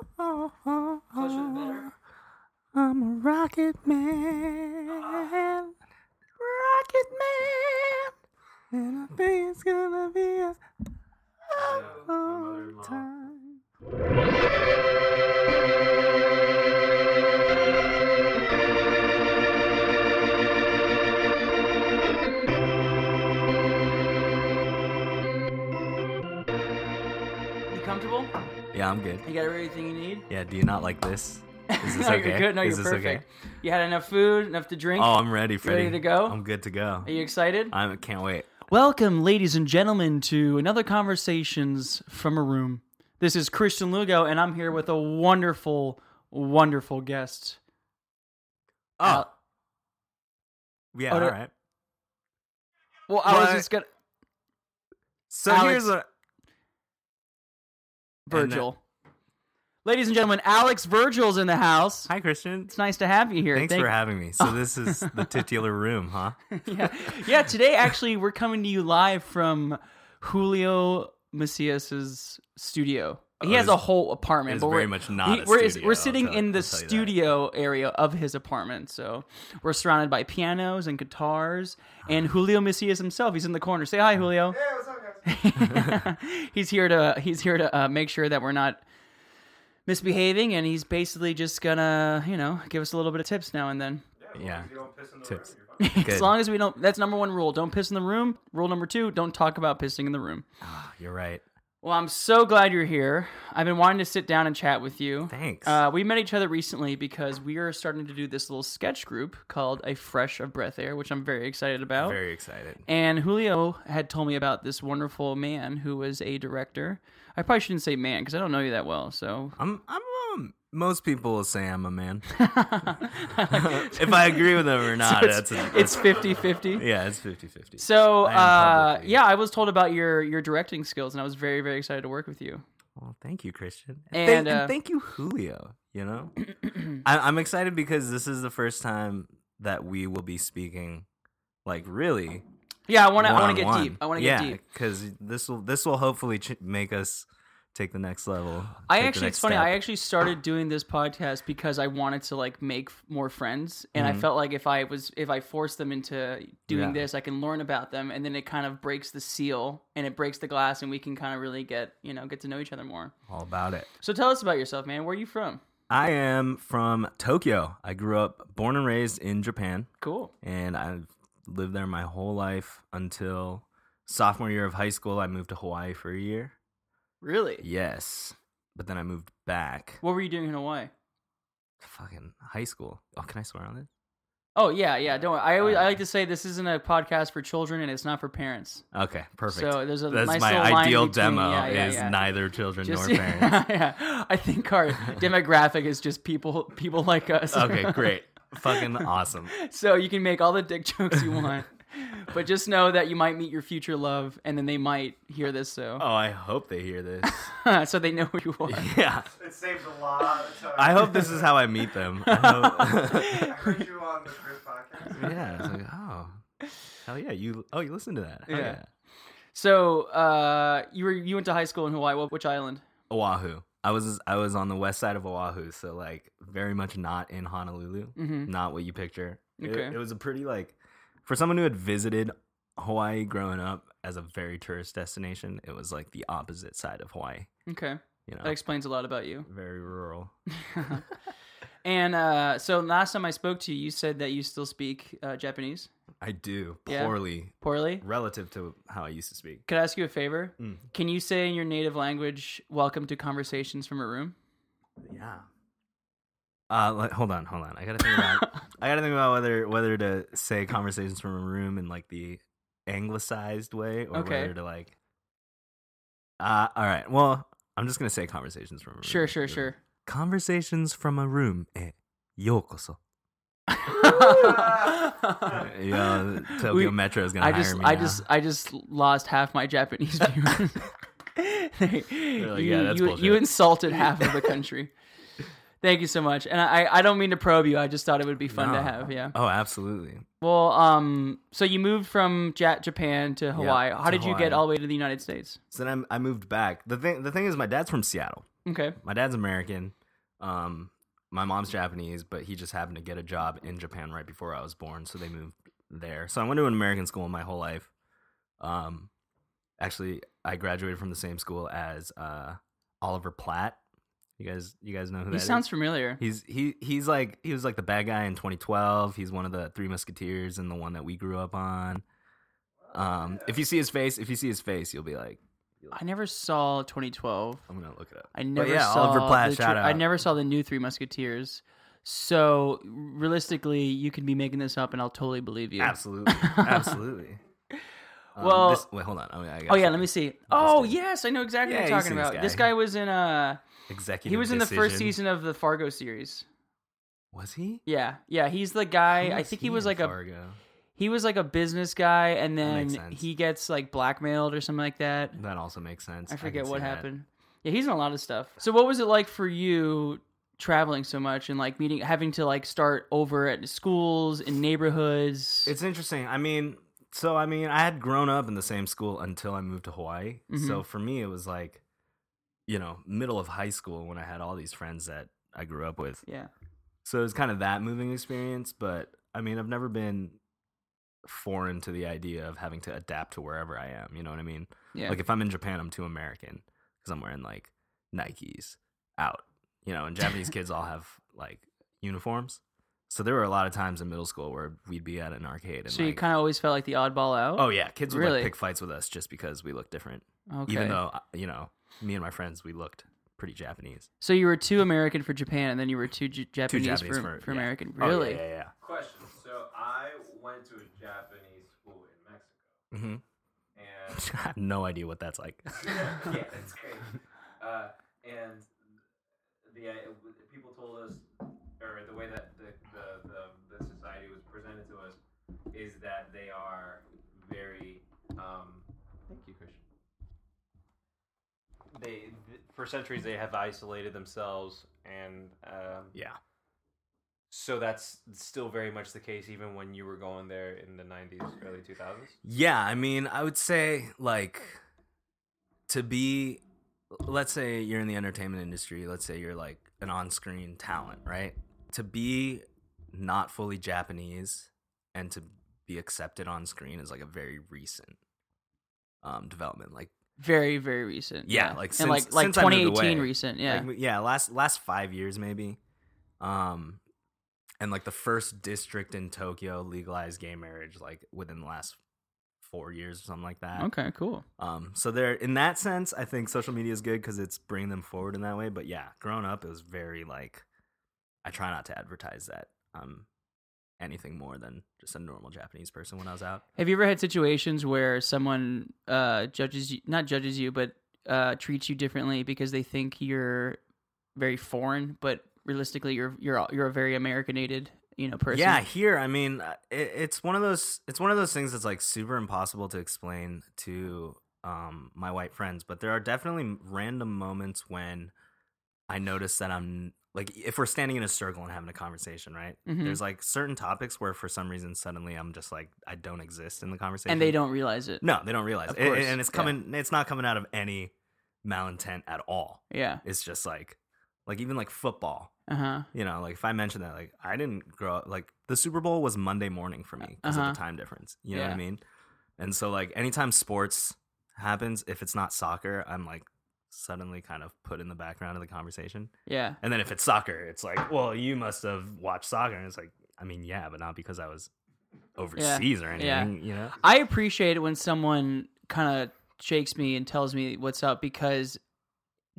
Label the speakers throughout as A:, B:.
A: Closer the better.
B: I'm a rocket man. Rocket man. And I think it's gonna be a
A: Yeah, my
B: long
A: mother-in-law.
B: time.
A: You comfortable?
C: Yeah, I'm good.
A: You got everything you need?
C: Yeah, do you not like this? Is this
A: no,
C: okay?
A: you're good. No,
C: Is
A: you're
C: this okay?
A: perfect. You had enough food, enough to drink.
C: Oh, I'm ready, Freddie.
A: to go?
C: I'm good to go.
A: Are you excited?
C: I can't wait.
A: Welcome, ladies and gentlemen, to another Conversations from a Room. This is Christian Lugo, and I'm here with a wonderful, wonderful guest.
C: Oh,
A: Al-
C: yeah,
A: oh,
C: all
A: no.
C: right.
A: Well, I was
C: What?
A: just gonna
C: So
A: Alex-
C: here's what. And, uh,
A: Virgil. Ladies and gentlemen, Alex Virgil's in the house.
C: Hi, Christian.
A: It's nice to have you here.
C: Thanks
A: Thank-
C: for having me. So this is the titular room, huh?
A: yeah. yeah, today actually we're coming to you live from Julio Macias's studio. He
C: Oh,
A: has
C: it's-
A: a whole apartment,
C: it's
A: but
C: very
A: we're,
C: much not a
A: we're, it's-
C: studio,
A: we're
C: I'll
A: sitting
C: tell-
A: in the
C: I'll tell you that.
A: studio area of his apartment, so we're surrounded by pianos and guitars, and Julio Macias himself. He's in the corner. Say hi, Julio. he's here to he's here to uh, make sure that we're not misbehaving, and he's basically just gonna you know give us a little bit of tips now and then.
C: Yeah. Tips.
A: As
C: Good.
A: long as we don't, that's number one rule. Don't piss in the room. Rule number two, don't talk about pissing in the room.
C: Ah, You're right.
A: Well, I'm so glad you're here. I've been wanting to sit down and chat with you.
C: Thanks.
A: Uh, we met each other recently because we are starting to do this little sketch group called A Fresh of Breath Air, which I'm very excited about.
C: Very excited.
A: and Julio had told me about this wonderful man who was a director. I probably shouldn't say man because I don't know you that well. So
C: I'm. I'm. Um, most people will say I'm a man. if I agree with them or not,
A: it's,
C: that's. A,
A: it's 50 50.
C: yeah, it's 50-50.
A: So
C: I am
A: uh,
C: publicly.
A: yeah, I was told about your your directing skills, and I was very very excited to work with you.
C: Well, thank you, Christian, and,
A: And,
C: thank, and
A: uh,
C: thank you, Julio. You know, I, I'm excited because this is the first time that we will be speaking, like really.
A: Yeah, I want to I want to get
C: one-on-one.
A: deep. I want to
C: yeah,
A: get deep.
C: because this will this will hopefully ch- make us take the next level.
A: I
C: take the
A: actually,
C: next
A: it's funny.
C: step.
A: I actually started doing this podcast because I wanted to like make f- more friends, and I felt like if I was if I forced them into doing
C: Mm-hmm. Yeah.
A: this, I can learn about them, and then it kind of breaks the seal and it breaks the glass, and we can kind of really get you know get to know each other more.
C: all about it.
A: So tell us about yourself, man. Where are you from?
C: I am from Tokyo. I grew up, born and raised in Japan,
A: Cool.
C: and I've lived there my whole life until sophomore year of high school. I moved to Hawaii for a year.
A: Really?
C: Yes, but then I moved back.
A: What were you doing in Hawaii?
C: fucking high school. Oh, can I swear on this?
A: Oh yeah, yeah. Don't. worry. I always
C: Uh,
A: I like to say this isn't a podcast for children and it's not for parents.
C: Okay, perfect.
A: So there's a
C: That's
A: nice
C: my
A: little line
C: ideal
A: in between.
C: demo
A: Yeah, yeah,
C: is
A: yeah.
C: neither children
A: Just-
C: nor parents.
A: yeah. I think our demographic is just people people like us.
C: okay, great. Fucking awesome.
A: so you can make all the dick jokes you want, but just know that you might meet your future love, and then they might hear this. So
C: Oh, I hope they hear this. Oh.
A: so they know who you are.
C: yeah.
D: It saves a lot of time.
C: I hope this is how I meet them. I hope-
D: I heard you on the first podcast.
C: yeah. It's like, oh. Hell yeah. You oh you listen to that. Hell
A: Yeah.
C: yeah.
A: So uh, you were you went to high school in Hawaii. What- Which island?
C: Oahu. I was I was on the west side of Oahu, so like very much not in Honolulu.
A: hmm
C: not what you picture. It-
A: Okay.
C: It, was a pretty like for someone who had visited Hawaii growing up as a very tourist destination, it was like the opposite side of Hawaii.
A: Okay,
C: You know,
A: that explains a lot about you.
C: very rural.
A: and uh, so last time I spoke to you, you said that you still speak uh, Japanese
C: I do
A: Yeah.
C: poorly
A: poorly.
C: relative to how I used to speak.
A: Could I ask you a favor?
C: Mm.
A: Can you say in your native language, "Welcome to conversations from a room"?
C: Yeah. Uh, like, hold on, hold on. I gotta think about. I gotta think about whether whether to say conversations from a room in like the anglicized way, or
A: Okay.
C: whether to like. Uh, all right. Well, I'm just gonna say conversations from a room.
A: Sure, sure, sure.
C: Conversations from a room at Yokoso. Yeah, Tokyo
A: We-
C: Metro is gonna
A: I
C: hire
A: just,
C: me.
A: I
C: now.
A: just, I just lost half my Japanese viewers. They-
C: like,
A: you,
C: "Yeah, that's
A: you-
C: bullshit."
A: you insulted half of the country. Thank you so much, and I, I don't mean to probe you. I just thought it would be fun to
C: No.
A: have. Yeah.
C: Oh, absolutely.
A: Well, um, so you moved from ja- Japan to Hawaii. How
C: to
A: did you get
C: Hawaii.
A: all the way to the United States?
C: So then I, I moved back. The thing, the thing is, my dad's from Seattle.
A: Okay.
C: My dad's American. Um, my mom's Japanese, but he just happened to get a job in Japan right before I was born, so they moved there. So I went to an American school my whole life. Um, actually, I graduated from the same school as uh, Oliver Platt. You guys, you guys know who that
A: He
C: is?
A: sounds familiar.
C: He's he he's like he was like the bad guy in 2012. He's one of the three musketeers and the one that we grew up on. Um, if you see his face, if you see his face, you'll be like,
A: I never saw 2012.
C: I'm gonna look it up.
A: I never
C: yeah,
A: saw
C: Oliver Platt,
A: the
C: shout
A: I
C: out.
A: never saw the new Three Musketeers. So realistically, you could be making this up, and I'll totally believe you.
C: Absolutely, absolutely. Um,
A: Well-
C: this- wait, hold on. Oh yeah, I
A: Oh
C: got
A: yeah,
C: it.
A: let me see. Oh
C: dude.
A: yes, I know exactly
C: Yeah,
A: what
C: you
A: you're talking
C: see this
A: about.
C: guy.
A: This guy was in uh
C: Executive.
A: he was in the first
C: Decision.
A: season of the Fargo series.
C: Was he?
A: Yeah, yeah, he's the guy. I think he was like a he was like a business guy, and
C: That makes
A: then
C: sense.
A: he gets like blackmailed or something like that.
C: That also makes sense.
A: I
C: can
A: forget what
C: see that.
A: happened. Yeah, he's in a lot of stuff. So what was it like for you traveling so much and like meeting having to like start over at schools in neighborhoods?
C: It's interesting. I mean, so I mean, I had grown up in the same school until I moved to Hawaii.
A: Mm-hmm.
C: So for me, it was like, you know, middle of high school when I had all these friends that I grew up with.
A: yeah.
C: So it was kind of that moving experience. But I mean, I've never been foreign to the idea of having to adapt to wherever I am. You know what I mean?
A: Yeah.
C: Like if I'm in Japan, I'm too American because I'm wearing like Nikes out, you know. And Japanese kids all have like uniforms, so there were a lot of times in middle school where we'd be at an arcade and
A: so you
C: like,
A: kind of always felt like the oddball out.
C: oh yeah, kids would
A: Really?
C: like pick fights with us just because we looked different,
A: okay.
C: even though uh, you know me and my friends we looked pretty Japanese.
A: so you were too American for Japan, and then you were too J-
C: Too
A: Japanese,
C: Japanese
A: for, for
C: yeah.
A: American.
C: Oh, yeah,
A: Really?
C: yeah, yeah.
D: Question. So I went to a Japanese school in Mexico,
C: yeah. hmm
D: and
C: I have no idea what that's like.
D: yeah, it's crazy. Uh, and the uh, the people told us, or the way that the, the, the, the society was presented to us, is that they are very. Um, Thank you, Christian. They th- for centuries they have isolated themselves, and um,
C: yeah,
D: so that's still very much the case, even when you were going there in the '90s, early 2000s.
C: yeah. I mean, I would say like to be let's say you're in the entertainment industry let's say you're like an on-screen talent right to be not fully japanese and to be accepted on screen is like a very recent um development like
A: Very, very recent.
C: Yeah, like,
A: and like
C: since-
A: like
C: since I moved
A: 2018
C: away.
A: recent. Yeah.
C: like, yeah last last five years maybe um and like the first district in tokyo legalized gay marriage like within the last four years or something like that
A: okay. Cool.
C: Um, so there, in that sense, I think social media is good because it's bringing them forward in that way. But yeah, growing up, it was very like, I try not to advertise that um anything more than just a normal Japanese person when I was out.
A: Have you ever had situations where someone uh, judges you, not judges you, but uh, treats you differently because they think you're very foreign, but realistically, you're you're you're a very Americanated, you know, person.
C: Yeah, here, I mean, uh, it, it's one of those, it's one of those things that's like super impossible to explain to um my white friends. But there are definitely random moments when I notice that I'm like, if we're standing in a circle and having a conversation, right?
A: Mhm.
C: There's like certain topics where for some reason suddenly I'm just like I don't exist in the conversation.
A: and they don't realize it.
C: No, they don't realize.
A: Of
C: it. And-
A: course,
C: and it's
A: yeah.
C: coming it's not coming out of any malintent at all.
A: Yeah.
C: It's just like like even like football.
A: Uh huh.
C: You know, like if I mention that like I didn't grow up like the Super Bowl was Monday morning for me because
A: Uh-huh.
C: of the time difference. You know what
A: Yeah.
C: I mean? And so like anytime sports happens, if it's not soccer, I'm like suddenly kind of put in the background of the conversation.
A: Yeah.
C: And then if it's soccer, it's like, well, you must have watched soccer. And it's like, I mean, yeah, but not because I was overseas or
A: Yeah.
C: anything, you know?
A: I appreciate it when someone kind of shakes me and tells me what's up because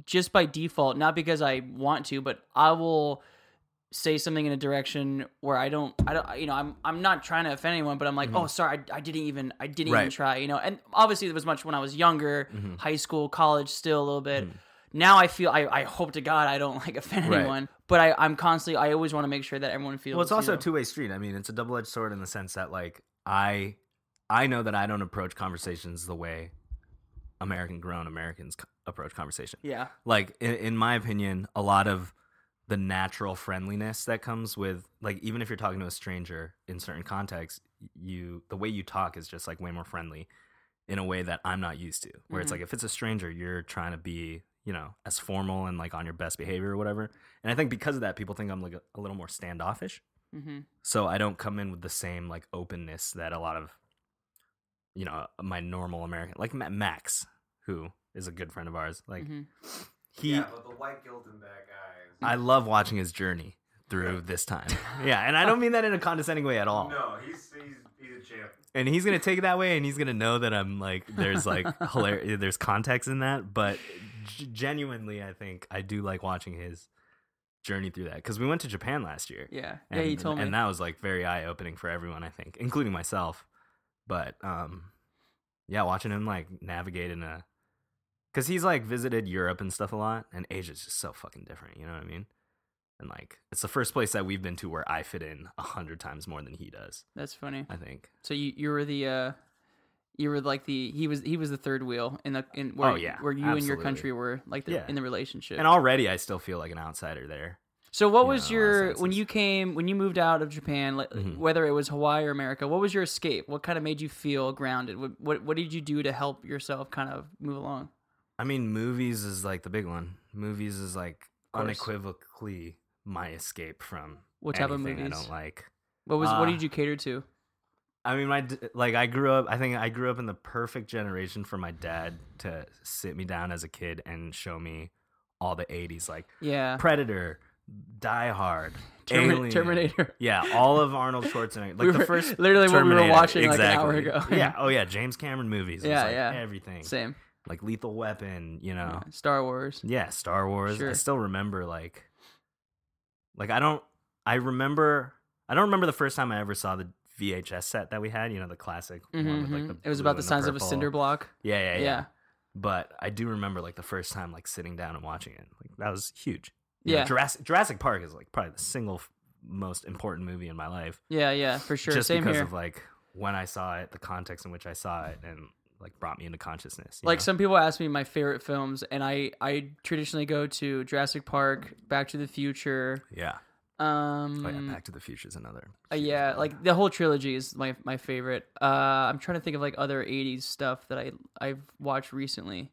A: just by default, not because I want to, but I will say something in a direction where I don't, I don't, you know, I'm, I'm not trying to offend anyone, but I'm like, oh, sorry, I, I didn't even, I didn't even
C: Mm-hmm. Right.
A: try, you know, and obviously there was much when I was younger,
C: Mhm.
A: high school, college, still a little bit. Now I feel, I, I hope to God I don't like offend
C: Mm-hmm. Right.
A: anyone, but I, I'm constantly, I always want to make sure that everyone feels.
C: Well, it's
A: you
C: also
A: know-
C: a two way street. I mean, it's a double edged sword in the sense that, like, I, I know that I don't approach conversations the way American grown Americans co- approach conversation.
A: Yeah.
C: Like, in, in my opinion, a lot of the natural friendliness that comes with, like, even if you're talking to a stranger in certain contexts, you the way you talk is just like way more friendly in a way that I'm not used to. Where it's
A: Mhm.
C: like if it's a stranger, you're trying to be, you know, as formal and like on your best behavior or whatever. And I think because of that, people think I'm like a, a little more standoffish.
A: Mm-hmm.
C: So I don't come in with the same like openness that a lot of, you know, my normal American, like Ma- Max, who is a good friend of ours. Like
A: hmm
C: he,
D: yeah, but the white guilt in that guy. Is,
C: I love watching his journey through this time. yeah, and I don't mean that in a condescending way at all.
D: no, he's he's he's a champ.
C: And he's gonna take it that way, and he's gonna know that I'm like there's like hilarious, there's context in that. But g- genuinely, I think I do like watching his journey through that because we went to Japan last year.
A: Yeah.
C: And,
A: yeah, you told me.
C: and that was like very eye opening for everyone, I think, including myself. But um, yeah, watching him like navigate in a, because he's like visited Europe and stuff a lot, and Asia's just so fucking different. You know what I mean? And like, it's the first place that we've been to where I fit in a hundred times more than he does.
A: That's funny.
C: I think.
A: So you you were the uh you were like the he was he was the third wheel in the in where
C: Oh, yeah,
A: where you and your
C: absolutely.
A: country were like the,
C: Yeah.
A: in the relationship.
C: And already, I still feel like an outsider there.
A: so what
C: yeah,
A: was
C: in a lot of
A: your when
C: senses.
A: you came when you moved out of Japan like,
C: Mhm.
A: whether it was Hawaii or America what was your escape? What kind of made you feel grounded? What what, what did you do to help yourself kind of move along?
C: I mean, movies is like the big one. Movies is like
A: course.
C: unequivocally my escape from
A: What type of
C: anything
A: movies?
C: I don't like.
A: What was what
C: Uh,
A: did you cater to?
C: I mean, my d- like I grew up. I think I grew up in the perfect generation for my dad to sit me down as a kid and show me all the '80s, like
A: Yeah.
C: Predator, Die Hard,
A: Uh. Termi-
C: Alien.
A: Terminator.
C: Yeah, all of Arnold Schwarzenegger. Like
A: We
C: the
A: were-
C: first,
A: literally what we were
C: Terminator.
A: watching, like, an hour
C: Exactly.
A: ago.
C: yeah. Oh yeah, James Cameron movies.
A: Yeah,
C: Yeah, like
A: yeah.
C: Everything.
A: Same.
C: Like Lethal Weapon. You know.
A: Star Wars.
C: Yeah, Star Wars. I
A: Sure.
C: still remember like like I don't I remember I don't remember the first time I ever saw the VHS set that we had, you know, the classic one
A: Mhm,
C: with like the
A: mhm. it was
C: blue
A: about the
C: and
A: size of a
C: purple.
A: cinder block.
C: Yeah, yeah, yeah,
A: Yeah.
C: But I do remember like the first time like sitting down and watching it. Like that was huge. You know,
A: Yeah.
C: Jurassic Jurassic Park is like probably the single f- most important movie in my life
A: Yeah, yeah, for sure.
C: just
A: Same
C: because
A: here.
C: of uh, like when I saw it, the context in which I saw it and like brought me into consciousness. you
A: Like
C: know?
A: some people ask me my favorite films, and I I traditionally go to Jurassic Park, Back to the Future.
C: Yeah.
A: Um,
C: Oh yeah,
A: uh,
C: Back to the Future is another.
A: yeah,
C: huge one.
A: like the whole trilogy is my my favorite. Uh, I'm trying to think of like other '80s stuff that I I've watched recently.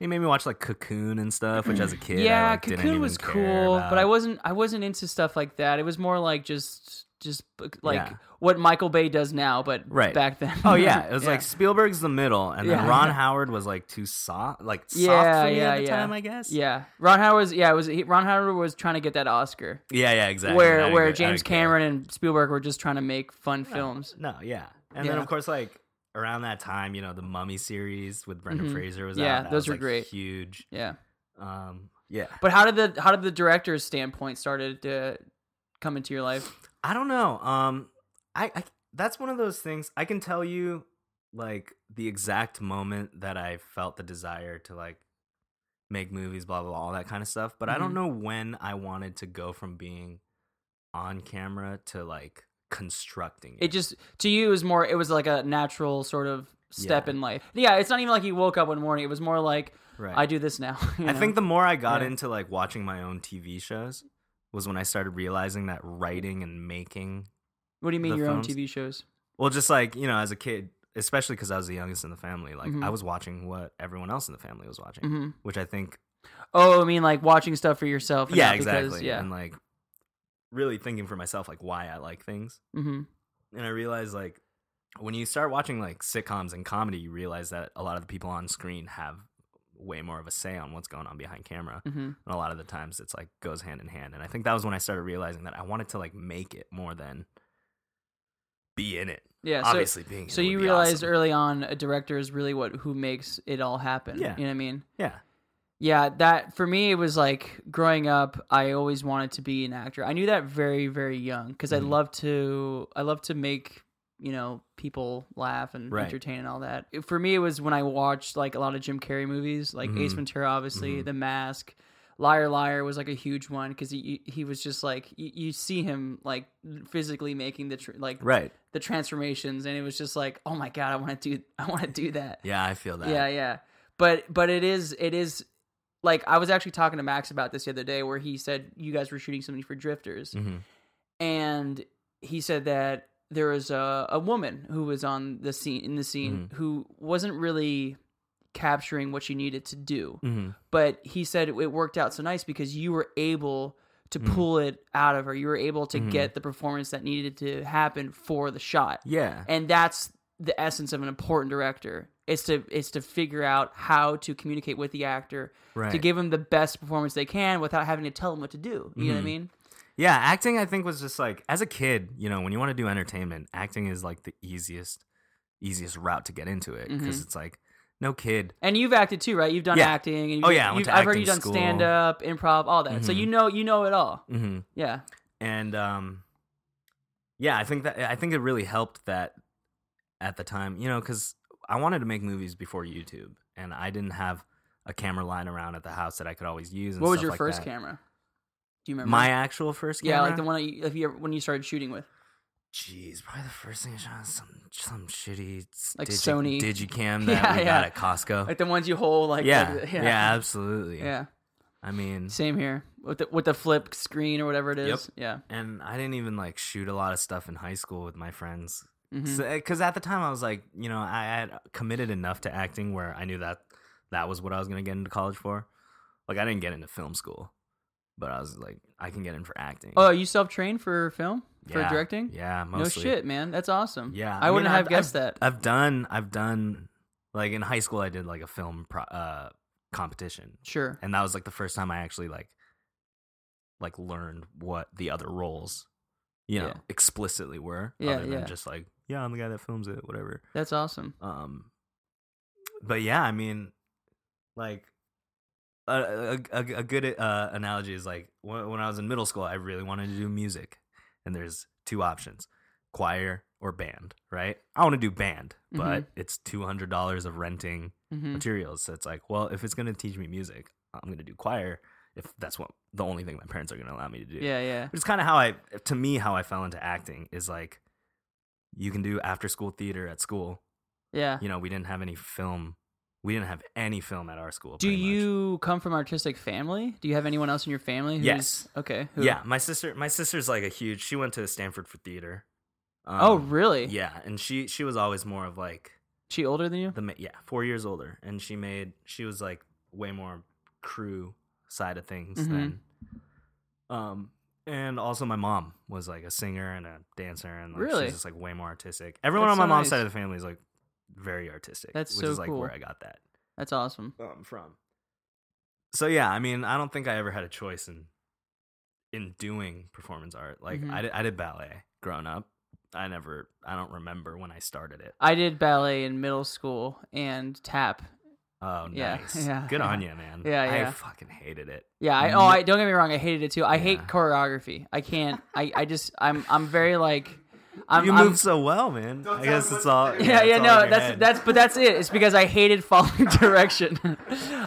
C: He made me watch like Cocoon and stuff, which as a kid,
A: yeah,
C: I, like, didn't
A: Cocoon
C: even
A: was
C: care
A: cool,
C: about.
A: but I wasn't I wasn't into stuff like that. It was more like just just like
C: Yeah.
A: what Michael Bay does now, but
C: Right.
A: back then.
C: Oh yeah, it was like Spielberg's the middle, and then
A: Yeah.
C: Ron Howard was like too soft, like soft
A: Yeah,
C: for me
A: yeah,
C: at the
A: yeah.
C: time, I guess.
A: yeah. Ron Howard was yeah it was he, Ron Howard was trying to get that Oscar.
C: yeah, yeah, exactly. I
A: where
C: didn't
A: where
C: get- I
A: James
C: didn't care.
A: Cameron and Spielberg were just trying to make fun films.
C: No, yeah, and then
A: Yeah.
C: of course like around that time, you know, the Mummy series with Brendan
A: Mhm.
C: Fraser was
A: Yeah,
C: out. That
A: those
C: was,
A: were
C: like,
A: great.
C: huge.
A: Yeah.
C: Um, yeah,
A: But how did the how did the director's standpoint started to come into your life?
C: I don't know. Um, I, I that's one of those things I can tell you like the exact moment that I felt the desire to like make movies, blah blah, blah all that kind of stuff. But I
A: Mhm.
C: don't know when I wanted to go from being on camera to like constructing it.
A: It just to you it was more it was like a natural sort of step
C: Yeah.
A: in life. Yeah, it's not even like he woke up one morning. It was more like
C: right.
A: I do this now. you
C: I
A: know?
C: think the more I got
A: Yeah.
C: into like watching my own TV shows was when I started realizing that writing and making
A: What do you mean
C: the
A: your
C: films-
A: own TV shows?
C: Well, just like you know, as a kid, especially because I was the youngest in the family, like
A: Mhm.
C: I was watching what everyone else in the family was watching,
A: hmm
C: which I think,
A: Oh, I mean like watching stuff for yourself. and
C: yeah,
A: not because-
C: exactly,
A: yeah.
C: and like really thinking for myself, like why I like things,
A: hmm
C: and I realized like when you start watching like sitcoms and comedy, you realize that a lot of the people on screen have way more of a say on what's going on behind camera,
A: hmm
C: and a lot of the times it's like goes hand in hand, and I think that was when I started realizing that I wanted to like make it more than be in it.
A: Yeah. So,
C: Obviously, being in
A: so
C: it
A: you
C: would be
A: realized
C: awesome.
A: early on a director is really what who makes it all happen.
C: Yeah.
A: You know what I mean?
C: yeah.
A: Yeah, that for me it was like growing up. I always wanted to be an actor. I knew that very, very young because I
C: Mhm.
A: love to. I love to make you know people laugh and
C: Right.
A: entertain and all that. It- For me, it was when I watched like a lot of Jim Carrey movies, like Ace
C: Mhm.
A: Ventura, obviously,
C: Mhm.
A: The Mask, Liar Liar was like a huge one because he he was just like you, you see him like physically making the tr- like
C: Right.
A: the transformations, and it was just like, oh my god, I want to do I want to do that.
C: Yeah, I feel that.
A: Yeah, yeah. But but it is it is like I was actually talking to Max about this the other day where he said you guys were shooting something for drifters
C: Mhm.
A: and he said that there was a, a woman who was on the scene in the scene who wasn't really capturing what you needed to do.
C: Mm-hmm.
A: But he said it worked out so nice because you were able to
C: Mhm.
A: pull it out of her. You were able to
C: Mhm.
A: get the performance that needed to happen for the shot.
C: Yeah.
A: And that's the essence of an important director. It's to it's to figure out how to communicate with the actor
C: Right.
A: to give them the best performance they can without having to tell them what to do. You know what I
C: Mhm.
A: mean?
C: yeah. Acting, I think, was just like as a kid, you know, when you want to do entertainment, acting is like the easiest, easiest route to get into it because
A: Mhm.
C: it's like no kid.
A: And you've acted too, right? You've done
C: Yeah.
A: acting. And
C: Oh,
A: you've-
C: yeah, I went
A: you've-
C: to
A: I've heard
C: acting
A: you've done
C: school.
A: stand up, improv, all that. So
C: Mhm.
A: you know you know it all.
C: Mm-hmm.
A: Yeah.
C: and um yeah i think that i think it really helped that at the time you know because i wanted to make movies before youtube and i didn't have a camera lying around at the house that i could always use and
A: What was
C: stuff
A: your
C: like
A: first
C: that.
A: camera? Do you remember?
C: my actual first camera
A: yeah, like the one that you, if you ever, when you started shooting with,
C: jeez probably the first thing i shot was some some shitty s-
A: Like Sony.
C: digi- digicam that
A: Yeah,
C: we
A: yeah.
C: got at costco
A: like the ones you hold, like
C: yeah,
A: like-
C: yeah absolutely
A: yeah.
C: i mean
A: Same here with the with the flip screen or whatever it is.
C: and i didn't even like shoot a lot of stuff in high school with my friends
A: Yeah. hmm
C: because at the time I was like, you know, I had committed enough to acting where I knew that that was what I was gonna get into college for. Like I didn't get into film school, but I was like, I can get in for acting.
A: Oh, you self trained for film for
C: Yeah.
A: directing?
C: yeah, mostly.
A: No shit, man. That's awesome.
C: Yeah,
A: I,
C: mean,
A: wouldn't have
C: I've-
A: guessed
C: I've-
A: that.
C: I've done, I've done, like in high school, I did like a film pro- uh, competition,
A: sure.
C: and that was like the first time I actually like, like learned what the other roles, you know,
A: Yeah.
C: explicitly were.
A: Yeah,
C: other than
A: yeah.
C: Just like, yeah, I'm the guy that films it, whatever.
A: That's awesome.
C: Um, but yeah, I mean, like a a, a- a good uh, analogy is like when, when I was in middle school, I really wanted to do music, and there's two options: choir or band. Right? I want to do band,
A: Mm-hmm.
C: but it's two hundred dollars of renting
A: hmm
C: materials. So it's like, well, if it's gonna teach me music, I'm gonna do choir. If that's what the only thing my parents are gonna allow me to do.
A: Yeah, yeah.
C: It's kind of how I, to me, how I fell into acting is like, you can do after school theater at school,
A: Yeah.
C: you know, we didn't have any film. We didn't have any film at our school.
A: Do
C: pretty much.
A: you come from artistic family? Do you have anyone else in your family? Who's,
C: Yes.
A: Okay. who?
C: Yeah, my sister. My sister's like a huge. She went to Stanford for theater. Um,
A: oh, really?
C: Yeah, and she she was always more of like
A: She older than you?
C: the ma- yeah four years older, and she made she was like way more crew side of things
A: Mhm.
C: than. Um, and also my mom was like a singer and a dancer, and like,
A: Really?
C: she's just like way more artistic. Everyone on
A: That's
C: my
A: so
C: mom's
A: nice.
C: side of the family is like very artistic.
A: That's
C: which
A: so
C: is like where
A: cool.
C: I got that.
A: That's awesome.
C: um, from. So yeah, I mean, I don't think I ever had a choice in in doing performance art. Like
A: Mhm.
C: I, did, I did ballet growing up. I never, I don't remember when I started it.
A: I did ballet in middle school and tap.
C: Oh,
A: Yeah,
C: nice.
A: yeah,
C: Good
A: yeah.
C: on you, man.
A: Yeah, yeah.
C: I fucking hated it.
A: Yeah, I, oh,
C: Mm.
A: I don't get me wrong. I hated it too. I hate
C: Yeah.
A: choreography. I can't. I, I just I'm I'm very like I'm
C: you
A: I'm-
C: moved so well, man.
D: Don't
C: I
D: tell
C: guess
D: me
C: it's
D: what
C: all.
D: to do.
A: Yeah, yeah,
C: it's all in
A: no,
C: your
A: that's
C: head.
A: that's but that's it. It's because I hated following direction.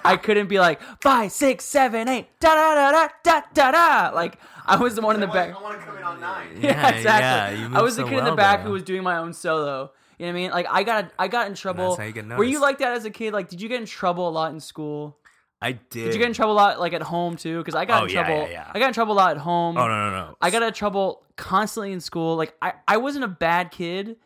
A: I couldn't be like five, six, seven, eight, da da da da da da da. Like I was the one in the back.
D: I want to come in on nine.
A: Yeah,
C: yeah,
A: exactly.
C: you
A: I
C: moved
A: was the
C: so
A: kid in the
C: well,
A: back
C: bro.
A: who was doing my own solo. You know what I mean? Like I got I got in trouble.
C: how you get
A: Were you
C: noticed.
A: like that as a kid? Like, did you get in trouble a lot in school?
C: I did.
A: Did you get in trouble a lot like at home too? Because I got
C: Oh,
A: in
C: yeah,
A: trouble.
C: yeah, yeah.
A: I got in trouble a lot at home.
C: Oh no, no, no.
A: I got in trouble constantly in school. Like I, I wasn't a bad kid,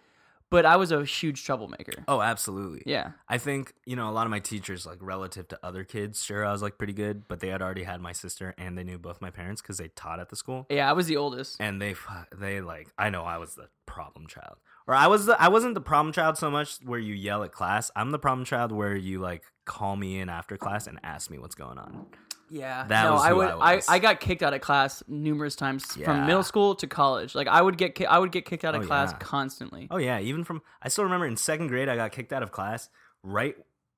A: but I was a huge troublemaker.
C: Oh, absolutely.
A: Yeah.
C: I think you know a lot of my teachers, like relative to other kids, sure I was like pretty good, but they had already had my sister and they knew both my parents because they taught at the school,
A: Yeah, I was the oldest.
C: and they fu- they like I know I was the problem child, or I was the I wasn't the problem child so much where you yell at class. I'm the problem child where you like call me in after class and ask me what's going on.
A: Yeah,
C: That
A: no,
C: was
A: I
C: who
A: would.
C: I
A: I,
C: was.
A: I got kicked out of class numerous times from
C: Yeah.
A: middle school to college. Like I would get ki- I would get kicked out of
C: Oh,
A: class
C: yeah.
A: constantly.
C: Oh yeah, even from I still remember in second grade I got kicked out of class right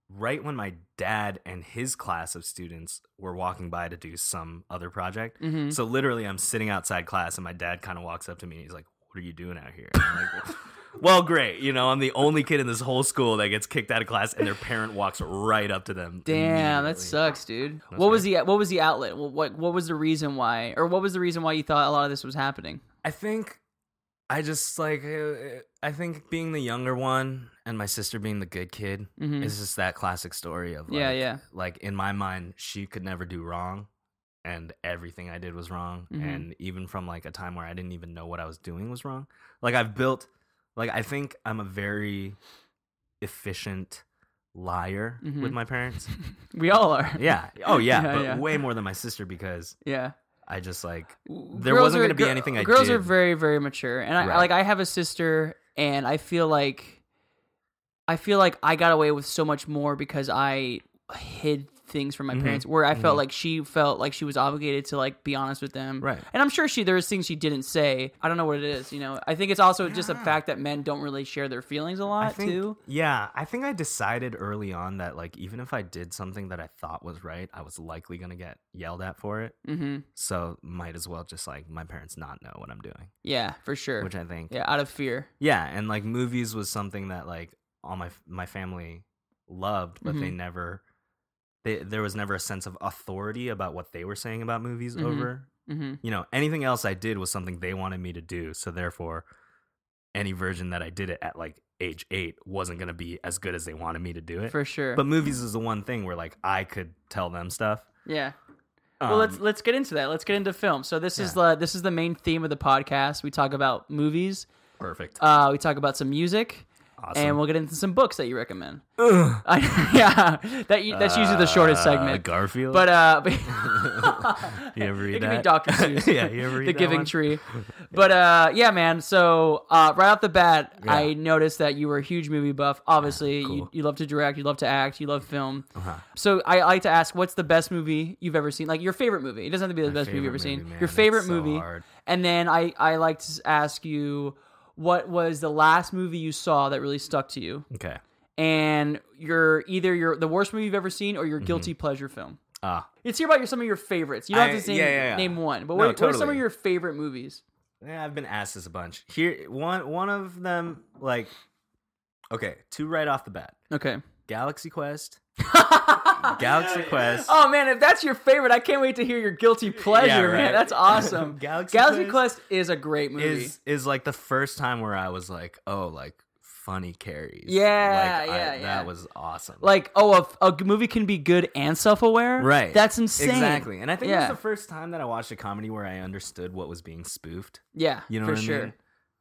C: right when my dad and his class of students were walking by to do some other project.
A: hmm
C: So literally, I'm sitting outside class, and my dad kind of walks up to me. and He's like, "What are you doing out here?" And I'm like, well, great. You know, I'm the only kid in this whole school that gets kicked out of class, and their parent walks right up to them.
A: Damn, that
C: immediately.
A: sucks, dude.
C: That's
A: what was the what was the outlet? What, what what was the reason why, or what was the reason why you thought a lot of this was happening?
C: I think I just like uh, I think being the younger one and my sister being the good kid
A: Mhm.
C: is just that classic story of like,
A: Yeah, yeah.
C: Like in my mind, she could never do wrong, and everything I did was wrong,
A: Mhm.
C: and even from like a time where I didn't even know what I was doing was wrong. Like I've built, like I think I'm a very efficient liar with
A: Mhm.
C: my parents.
A: We all are.
C: yeah. Oh yeah,
A: Yeah,
C: but
A: yeah.
C: way more than my sister because
A: Yeah.
C: I just like
A: there
C: wasn't gonna be anything I
A: girls are
C: did.
A: very very mature and I,
C: Right.
A: like i have a sister and i feel like i feel like i got away with so much more because i hid things from my
C: Mhm.
A: parents where i felt like she felt like she was obligated to like be honest with them
C: Right.
A: and i'm sure she there was things she didn't say i don't know what it is you know i think it's also just a fact that men don't really share their feelings a lot
C: I think,
A: too
C: Yeah, I think I decided early on that like even if I did something that I thought was right, I was likely gonna get yelled at for it.
A: mm-hmm.
C: So might as well just like my parents not know what I'm doing,
A: yeah for sure
C: which I think. Yeah,
A: yeah out of fear
C: and like movies was something that like all my my family loved, but
A: Mm-hmm.
C: they never. They, there was never a sense of authority about what they were saying about movies
A: Mhm.
C: over
A: hmm
C: you know anything else i did was something they wanted me to do so therefore any version that i did it at like age eight wasn't going to be as good as they wanted me to do it
A: for sure Mm-hmm.
C: but movies is the one thing where like i could tell them stuff Um,
A: yeah well, let's let's get into that. Let's get into film. So this is the this is the main theme of the podcast. We talk about movies.
C: perfect
A: Uh, we talk about some music,
C: awesome
A: and we'll get into some books that you recommend. I, yeah, that u- that's usually the shortest
C: Uh,
A: segment.
C: garfield
A: but uh, but
C: you ever read
A: it could
C: that
A: be Doctor Seuss.
C: yeah you ever read
A: the
C: that
A: Giving
C: one?
A: Tree. But uh, yeah, man. So uh, right off the bat,
C: Yeah.
A: I noticed that you were a huge movie buff. Obviously, you,
C: cool.
A: you love to direct, you love to act, you love film.
C: Uh-huh.
A: So I like to ask, what's the best movie you've ever seen? Like your favorite movie. It doesn't have to be the
C: My
A: best movie you've
C: favorite
A: ever seen.
C: movie, man.
A: your favorite
C: It's so
A: movie.
C: hard.
A: And then I I like to s- ask you, what was the last movie you saw that really stuck to you?
C: okay
A: And your either your the worst movie you've ever seen or
C: Mm-hmm.
A: your guilty pleasure film.
C: ah
A: Let's hear about your, some of your favorites. You don't have
C: I-
A: to name,
C: yeah, yeah, yeah.
A: name one, but
C: No,
A: what, what are some of
C: totally.
A: your favorite movies?
C: Yeah, I've been asked this a bunch. Here, one one of them, like, okay, two right off the bat:
A: Okay.
C: Galaxy Quest, Galaxy Quest.
A: Oh man, if that's your favorite, I can't wait to hear your guilty pleasure,
C: Yeah, right.
A: man. That's awesome.
C: Galaxy
A: Galaxy
C: Quest
A: Quest is a great movie.
C: is is like the first time where I was like, oh, like funny carries.
A: Yeah,
C: like,
A: yeah,
C: that
A: yeah.
C: was awesome.
A: like oh a, a movie can be good and self-aware
C: right,
A: that's insane
C: Exactly, and I think it
A: Yeah.
C: was the first time that I watched a comedy where I understood what was being spoofed.
A: yeah
C: You know
A: for
C: what I
A: sure
C: mean?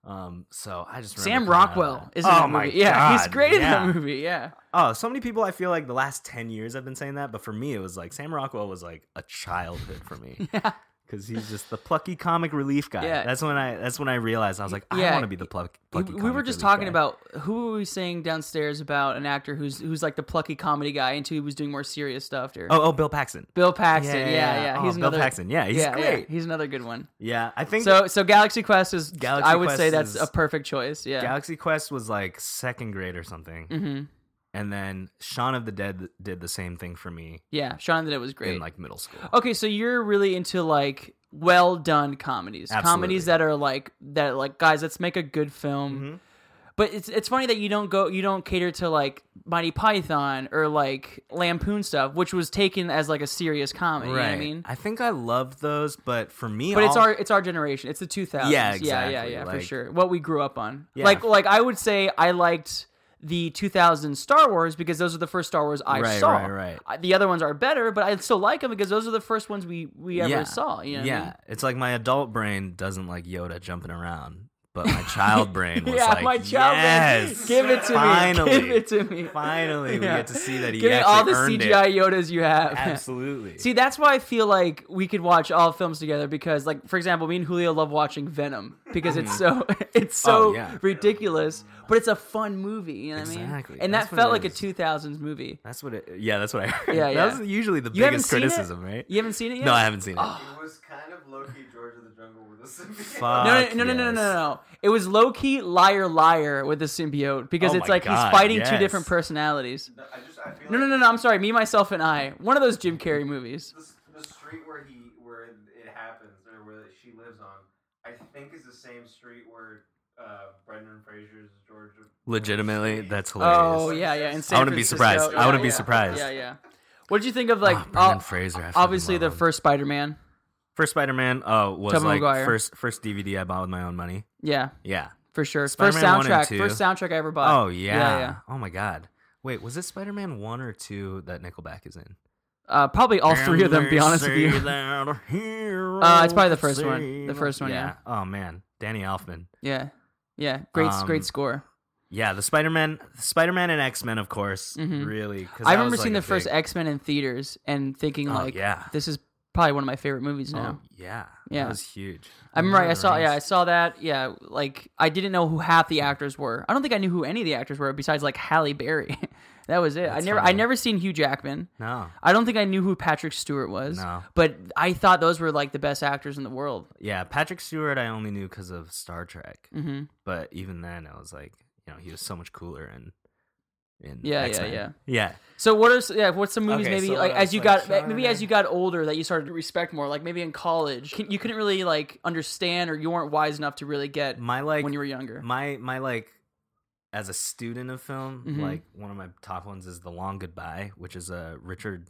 C: Um, so I just
A: sam
C: remember coming out of
A: rockwell
C: that.
A: is in
C: oh
A: that
C: my
A: movie yeah he's
C: God,
A: great in
C: yeah.
A: that movie yeah
C: Oh, so many people I feel like the last 10 years have been saying that, but for me it was like Sam Rockwell was like a childhood for me.
A: Yeah.
C: Cuz he's just the plucky comic relief guy.
A: Yeah.
C: That's when I that's when I realized I was like I
A: Yeah.
C: want to be the pluck, plucky
A: we were
C: comic
A: just
C: relief
A: talking
C: guy.
A: about who were we saying downstairs about an actor who's who's like the plucky comedy guy until he was doing more serious stuff there
C: Oh, oh, Bill Paxton.
A: bill paxton yeah yeah,
C: Oh,
A: he's
C: Bill
A: another
C: Paxton. Yeah, he's
A: yeah, yeah,
C: great.
A: he's another good one
C: Yeah, I think
A: so so galaxy quest is
C: Galaxy
A: i would
C: Quest
A: say that's
C: is-
A: a perfect choice yeah
C: Galaxy Quest was like second grade or something.
A: hmm
C: And then Shaun of the Dead did the same thing for me
A: yeah sean did it was great Oh,
C: in like middle school.
A: Okay, so you're really into like well done comedies,
C: Absolutely.
A: comedies that are like that, are like guys, let's make a good film.
C: Mhm.
A: But it's it's funny that you don't go, you don't cater to like Mighty Python or like Lampoon stuff, which was taken as like a serious comedy. You know what I mean,
C: I think I loved those, but for me
A: but it's
C: all-
A: our it's our generation. It's the 2000s.
C: Yeah,
A: Yeah, yeah,
C: exactly,
A: yeah,
C: like-
A: for sure. What we grew up on.
C: Yeah.
A: Like like I would say I liked the 2000 Star Wars because those are the first Star Wars I
C: Right,
A: saw.
C: right, right.
A: I- The other ones are better, but I still like them because those are the first ones we we ever saw. You know what I
C: yeah.
A: mean?
C: It's like my adult brain doesn't like Yoda jumping around, but my child brain was
A: yeah,
C: like,
A: my child man,
C: yes,
A: give it to
C: finally,
A: me. Give it to me.
C: Finally, we
A: Yeah.
C: get to see that he
A: Give me
C: actually
A: all the
C: earned
A: CGI
C: it.
A: Yodas you have.
C: Absolutely.
A: See, that's why I feel like we could watch all films together because, like, for example, me and Julio love watching Venom because it's so it's so
C: Mm. Oh, yeah.
A: ridiculous, but it's a fun movie. You know what I
C: Exactly.
A: mean? And
C: That's
A: that
C: what
A: felt
C: it
A: like a
C: is.
A: 2000s movie.
C: that's what it. Yeah, that's what I heard.
A: Yeah, yeah.
C: That's usually the
A: You haven't
C: biggest
A: seen it?
C: criticism, right?
A: You haven't Oh. seen it yet?
C: No, I haven't seen it.
D: It was kind of low key George of the Jungle with a symbiote.
C: Fuck
A: No, no, no, no, no, no,
C: yes.
A: no, no. It was low key liar liar with the symbiote because
C: Oh
A: it's
C: my
A: like
C: God,
A: he's fighting two
C: yes.
A: different personalities.
D: No, I just I feel
A: No,
D: like
A: no, no, no. I'm sorry. Me, myself, and I. One of those Jim Carrey movies.
D: The, s- the street where he where it happens or where she lives on, I think is the same street where uh, Brendan Fraser's George. of-
C: Legitimately,
D: Street.
C: that's hilarious.
A: Oh yeah, yeah. In
D: I
A: San
C: wouldn't be
A: Francisco.
C: surprised.
A: Yeah,
C: I wouldn't be
A: yeah.
C: surprised.
A: Yeah, yeah. What did you think of like
C: Ah, Brendan
A: all-
C: Fraser. I fucking
A: obviously
C: love
A: the
C: him.
A: first Spider-Man?
C: first Spider-Man uh, was
A: Tobey
C: like
A: Maguire.
C: first first DVD I bought with my own money.
A: Yeah,
C: Yeah.
A: for sure.
C: Spider-Man 1 and
A: first soundtrack,
C: 2.
A: first soundtrack I ever bought.
C: Oh yeah.
A: yeah, yeah.
C: Oh my god. Wait, was it Spider-Man one or two that Nickelback is in?
A: Uh, probably all three of them. to Be honest with you.
C: you.
A: Uh, it's probably the first one. The first one, yeah.
C: Oh man, Danny Elfman.
A: Yeah, yeah. Great,
C: Um,
A: great score.
C: Yeah, the Spider Man, Spider Man and X Men, of course,
A: Mhm.
C: really. 'cause
A: I
C: that was,
A: remember
C: like,
A: seeing
C: a
A: the first
C: big-
A: X Men in theaters and thinking
C: Oh,
A: like,
C: yeah.
A: this is probably one of my favorite movies now.
C: Oh, yeah,
A: Yeah.
C: that was huge.
A: I remember
C: Lord
A: I
C: of the
A: saw yeah I
C: Rings.
A: saw that yeah like I didn't know who half the actors were. I don't think I knew who any of the actors were besides like Halle Berry. that was it. I
C: That's
A: never I
C: funny.
A: never seen Hugh Jackman.
C: No,
A: I don't think I knew who Patrick Stewart was.
C: No.
A: But I thought those were like the best actors in the world.
C: yeah, Patrick Stewart, I only knew because of Star Trek.
A: hmm
C: But even then, I was like, you know, he was so much cooler and. In
A: Yeah, yeah,
C: X-Men.
A: yeah.
C: yeah.
A: So what are s- yeah? What's some movies
C: Okay,
A: maybe
C: so uh,
A: like
C: what
A: as
C: else?
A: you
C: Like,
A: got maybe as
C: Shawshank.
A: you got older that you started to respect more? Like maybe in college can, you couldn't really like understand or you weren't wise enough to really get
C: My like
A: when you were younger.
C: my my like as a student of film
A: Mhm.
C: like one of my top ones is the long goodbye which is a richard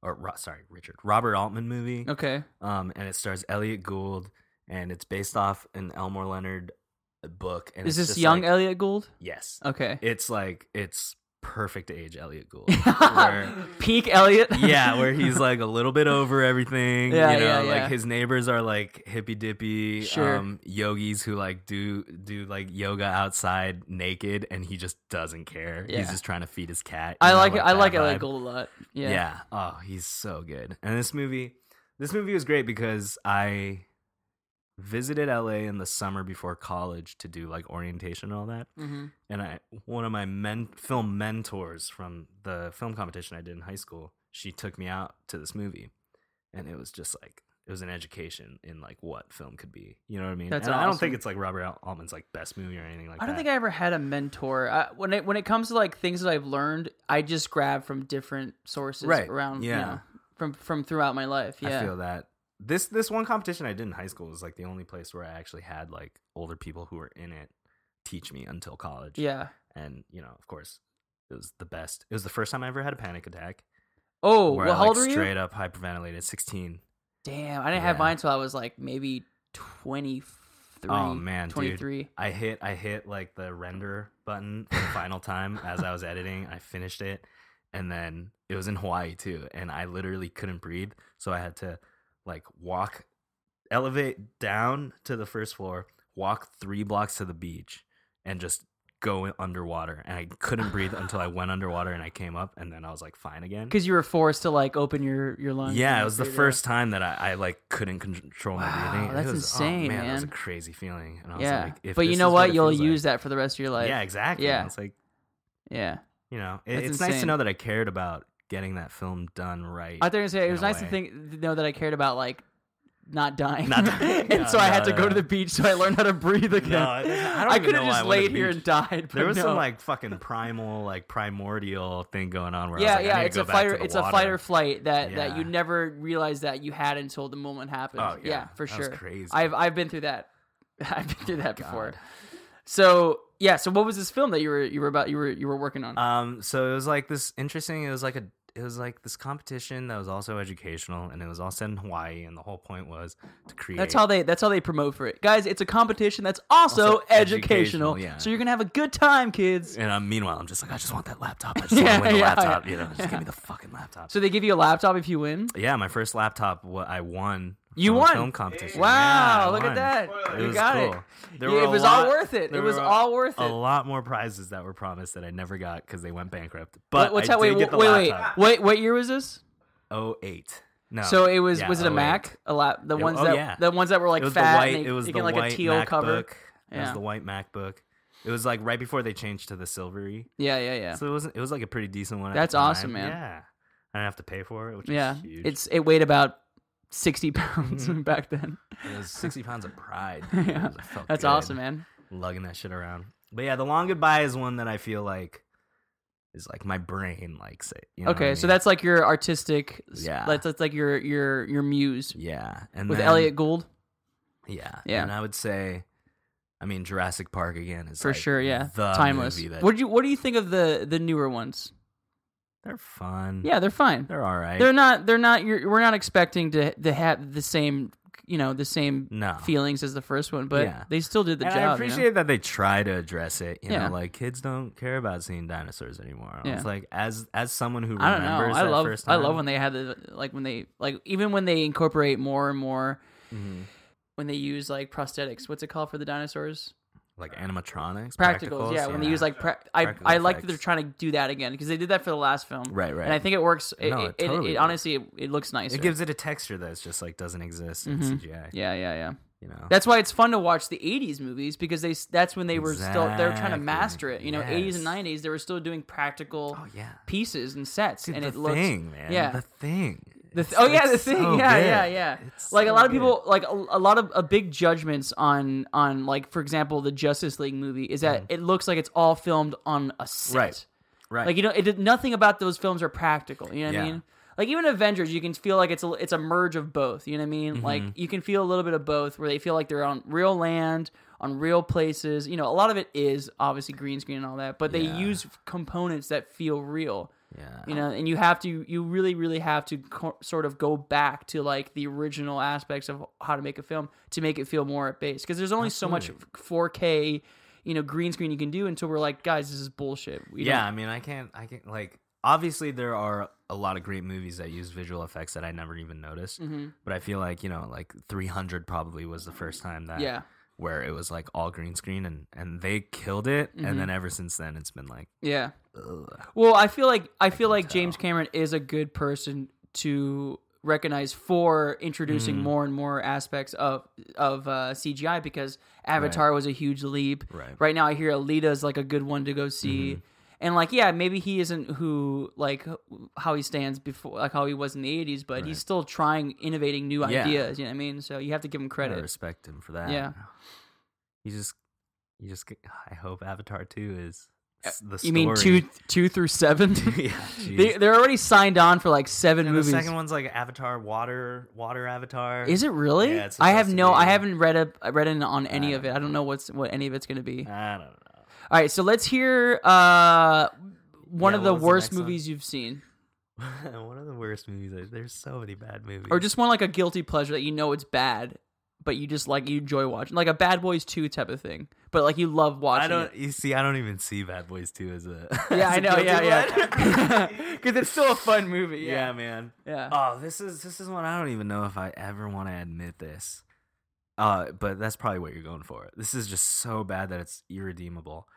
C: or Ro- sorry richard robert altman movie
A: okay.
C: um and it stars elliot gould and it's based off an elmore leonard uh, book and
A: Is
C: it's
A: this
C: just,
A: young
C: like-
A: Elliot Gould?
C: yes
A: Okay.
C: it's like it's perfect age elliot gould where-
A: Peak Elliot.
C: yeah, where he's like a little bit over everything.
A: Yeah,
C: you know,
A: yeah, yeah.
C: like his neighbors are like hippy dippy
A: Sure.
C: um yogis who like do do like yoga outside naked and he just doesn't care.
A: Yeah.
C: He's just trying to feed his cat.
A: I
C: you know,
A: like it. I
C: that
A: like
C: vibe.
A: Elliot Gould a lot. Yeah.
C: Yeah. Oh, he's so good. And this movie this movie was great because I visited LA in the summer before college to do like orientation and all that
A: hmm
C: and I one of my men film mentors from the film competition I did in high school, she took me out to this movie, and it was just like it was an education in like what film could be. You know what I mean?
A: That's
C: and I don't
A: awesome.
C: think it's like Robert Al- Altman's like best movie or anything like that.
A: I don't think I ever had a mentor. I, when it when it comes to like things that I've learned, I just grab from different sources
C: Right.
A: around. Yeah.
C: Yeah.
A: from from throughout my life. Yeah.
C: I feel that this this one competition I did in high school was like the only place where I actually had like older people who were in it teach me until college.
A: yeah.
C: and you know of course. It was the best. It was the first time I ever had a panic attack.
A: Oh,
C: where
A: well,
C: I,
A: how old
C: like,
A: were you?
C: straight up hyperventilated. Sixteen.
A: Damn, I didn't have
C: Yeah.
A: mine until I was like maybe twenty three.
C: Oh, man, dude.
A: twenty three.
C: I hit I hit like the render button for the final time as I was editing. I finished it and then it was in Hawaii too and I literally couldn't breathe, so I had to like walk elevate down to the first floor, walk 3 blocks to the beach and just go underwater and I couldn't breathe until I went underwater and I came up and then I was like fine again.
A: Because you were forced to like open your your lungs.
C: Yeah,
A: and
C: it was the
A: breathe out.
C: first time that I, I like couldn't control my
A: Wow,
C: breathing. It
A: that's
C: was-
A: insane,
C: oh, man, It was a
A: man.
C: crazy feeling, and I was
A: Yeah,
C: like, if
A: but you
C: this
A: know
C: is what,
A: what?
C: it
A: You'll
C: feels like-
A: use that for the rest of your life.
C: yeah, exactly.
A: Yeah.
C: It's like,
A: yeah.
C: you know, it,
A: That's
C: it's nice to
A: insane.
C: know that I cared about getting that film done right.
A: I thought you were gonna say it
C: in
A: was
C: a
A: nice to
C: way.
A: think to know that I cared about like not dying,
C: Not dying.
A: and
C: No,
A: so I had
C: no,
A: to go
C: no.
A: to the beach so I learned how to breathe again.
C: I don't even
A: could
C: know
A: have
C: why I
A: just
C: went to
A: laid
C: the
A: here
C: beach.
A: and died.
C: there
A: but
C: was
A: no.
C: some like fucking primal, like primordial thing going on where
A: yeah,
C: I was like, I
A: yeah,
C: need to
A: it's
C: go
A: a
C: back
A: fight.
C: to the
A: It's a
C: water.
A: fight or flight that that
C: Yeah.
A: you never realized that you had until the moment happened.
C: Oh, yeah.
A: for
C: That
A: sure.
C: was crazy.
A: I've I've been through that. I've been through that before.
C: God.
A: So yeah, so what was this film that you were you were about you were you were working on?
C: Um, so it was like this interesting. It was like a it was like this competition that was also educational, and it was all set in Hawaii, and the whole point was to create.
A: That's how they that's how they promote for it. Guys, it's a competition that's also,
C: Also
A: educational.
C: educational, yeah.
A: So you're gonna have a good time, kids.
C: And um, meanwhile, I'm just like, I just want that laptop. I just
A: Yeah,
C: want to win the
A: yeah,
C: laptop.
A: yeah.
C: You know, just
A: Yeah.
C: give me the fucking laptop.
A: So they give you a laptop if you win.
C: yeah, my first laptop, what I won.
A: You
C: from a
A: won?
C: Film competition.
A: Wow,
C: Yeah, I
A: look at
C: won.
A: that.
D: Spoiler.
A: you
C: was
A: got
C: cool.
A: it.
C: There
A: Yeah,
C: were
A: it
C: a
A: was
C: lot-
A: all worth it. It
C: there
A: was
C: were
A: all worth
C: A
A: it.
C: lot more prizes that were promised that I never got because they went bankrupt. But
A: what's
C: I
A: that? Wait,
C: did
A: wait,
C: get the
A: wait,
C: laptop.
A: wait. What year was this?
C: Oh eight. No.
A: so it was
C: Yeah,
A: was it a
C: 08.
A: Mac? A lap the
C: It-
A: ones
C: oh,
A: that
C: yeah.
A: the ones that were like
C: it was
A: fat.
C: the white.
A: and they,
C: it was
A: they
C: the
A: get, like
C: white
A: a teal
C: MacBook.
A: cover.
C: It was
A: Yeah.
C: the white MacBook. It was like right before they changed to the silvery.
A: Yeah, yeah, yeah.
C: So it wasn't. It was like a pretty decent one. at
A: That's
C: the time.
A: awesome, man.
C: Yeah. I didn't have to pay for it, which
A: yeah.
C: is huge. Mm-hmm.
A: It's it weighed about sixty pounds back then.
C: It was 60 pounds of pride. dude.
A: yeah.
C: I felt
A: That's
C: good
A: awesome, man.
C: Lugging that shit around. But yeah, the long goodbye is one that I feel like is like my brain likes it. you know what
A: okay,
C: I
A: so
C: mean?
A: that's like your artistic.
C: Yeah.
A: That's, that's like your your your muse
C: yeah, and
A: with
C: then-
A: Elliot Gould.
C: Yeah,
A: Yeah.
C: and I would say, I mean, Jurassic Park again is
A: for
C: like
A: sure. Yeah,
C: the
A: timeless.
C: movie that-
A: What do you What do you think of the the newer ones?
C: they're fun.
A: Yeah, they're fine. They're,
C: they're Mm. all right.
A: not. They're not. You're, we're not expecting to to have the same you know the same
C: No.
A: feelings as the first one, but
C: Yeah.
A: they still did the
C: and
A: job.
C: I
A: you know?
C: appreciate that they try to address it. You
A: Yeah.
C: know, like kids don't care about seeing dinosaurs anymore.
A: Yeah.
C: It's like as as someone who
A: I
C: remembers
A: don't know. I
C: that
A: love
C: first
A: I
C: time,
A: love when they have the like when they like even when they incorporate more and more
C: Mhm.
A: when they use like prosthetics. What's it called for the dinosaurs?
C: like animatronics,
A: practicals. Yeah, when they use like pra- I
C: Practical
A: I like that they're
C: effects.
A: trying to do that again because they did that for the last film.
C: right, right.
A: And I think it works. It,
C: No,
A: it,
C: it totally
A: it, it
C: works.
A: honestly it, it looks nice.
C: it gives it a texture that's just like doesn't exist in
A: Mhm.
C: CGI.
A: Yeah, yeah, yeah.
C: You know,
A: That's why it's fun to watch the '80s movies because they s- that's when they were still they were trying to
C: Exactly.
A: master it. You know, '80s and
C: Yes.
A: '90s they were still doing practical
C: oh yeah,
A: pieces and sets,
C: Dude,
A: and
C: the
A: it looks
C: thing, man.
A: yeah.
C: the thing.
A: The th-
C: It's-
A: oh yeah, the
C: it's
A: thing.
C: so
A: yeah,
C: good.
A: yeah, yeah,
C: It's
A: Like a
C: so
A: lot of
C: good.
A: people, like a, a lot of a big judgments on on like for example the Justice League movie is that it looks like it's all filmed on a set.
C: Mm-hmm. Right. Right.
A: Like you know, it did, nothing about those films are practical. You know what I
C: Yeah.
A: mean? Like even Avengers, you can feel like it's a it's a merge of both. You know what I mean? Like
C: Mm-hmm.
A: you can feel a little bit of both, where they feel like they're on real land, on real places. You know, a lot of it is obviously green screen and all that, but they
C: Yeah.
A: use components that feel real
C: yeah.
A: you know and you have to you really really have to co- sort of go back to like the original aspects of how to make a film to make it feel more at base because there's only so much 4k you know green screen you can do until we're like guys this is bullshit we
C: yeah, I mean, I can't, I can't, like, obviously there are a lot of great movies that use visual effects that I never even noticed,
A: Mhm.
C: but I feel like, you know, like 300 probably was the first time that,
A: don't, yeah
C: where it was like all green screen and, and they killed it.
A: Mhm.
C: And then ever since then, it's been like,
A: yeah
C: ugh.
A: well i feel like i feel
C: can
A: like james
C: tell.
A: cameron is a good person to recognize for introducing
C: Mhm.
A: more and more aspects of of uh, cgi because avatar was a huge leap
C: right.
A: right now i hear alita is like a good one to go see
C: Mm-hmm.
A: and like yeah maybe he isn't who like how he stands before like how he was in the 80s but
C: Right.
A: he's still trying innovating new
C: Yeah.
A: ideas you know what i mean so you have to give him
C: I
A: credit
C: respect him for that.
A: Yeah.
C: You just, you just, get- I hope Avatar 2 is s- the
A: E, you mean
C: story.
A: two two through seven
C: yeah.
A: they,
C: jeez.
A: they're already signed on for like seven
C: And the
A: movies
C: second one's like Avatar Water, Water Avatar.
A: is it really
C: Yeah, it's
A: i have
C: supposed to
A: no
C: be.
A: i haven't read up I read in on any
C: I
A: of it i don't know what's what any of it's gonna be all
C: I don't know.
A: right so let's hear uh one
C: Yeah, what
A: of the
C: was the
A: worst
C: next one?
A: movies you've seen
C: One of the worst movies. I- There's so many bad movies.
A: or just one like a guilty pleasure that you know it's bad, but you just like you enjoy watching, like a Bad Boys Two type of thing. But like you love watching.
C: I don't.
A: It.
C: You see, I don't even see Bad Boys Two as a.
A: Yeah,
C: as
A: I
C: a
A: know.
C: guilty
A: Yeah, yeah.
C: pleasure.
A: Because it's still a fun movie.
C: yeah,
A: Yeah, Uh.
C: man.
A: yeah.
C: Oh, this is this is one I don't even know if I ever want to admit this. Uh, but that's probably what you're going for. This is just so bad that it's irredeemable.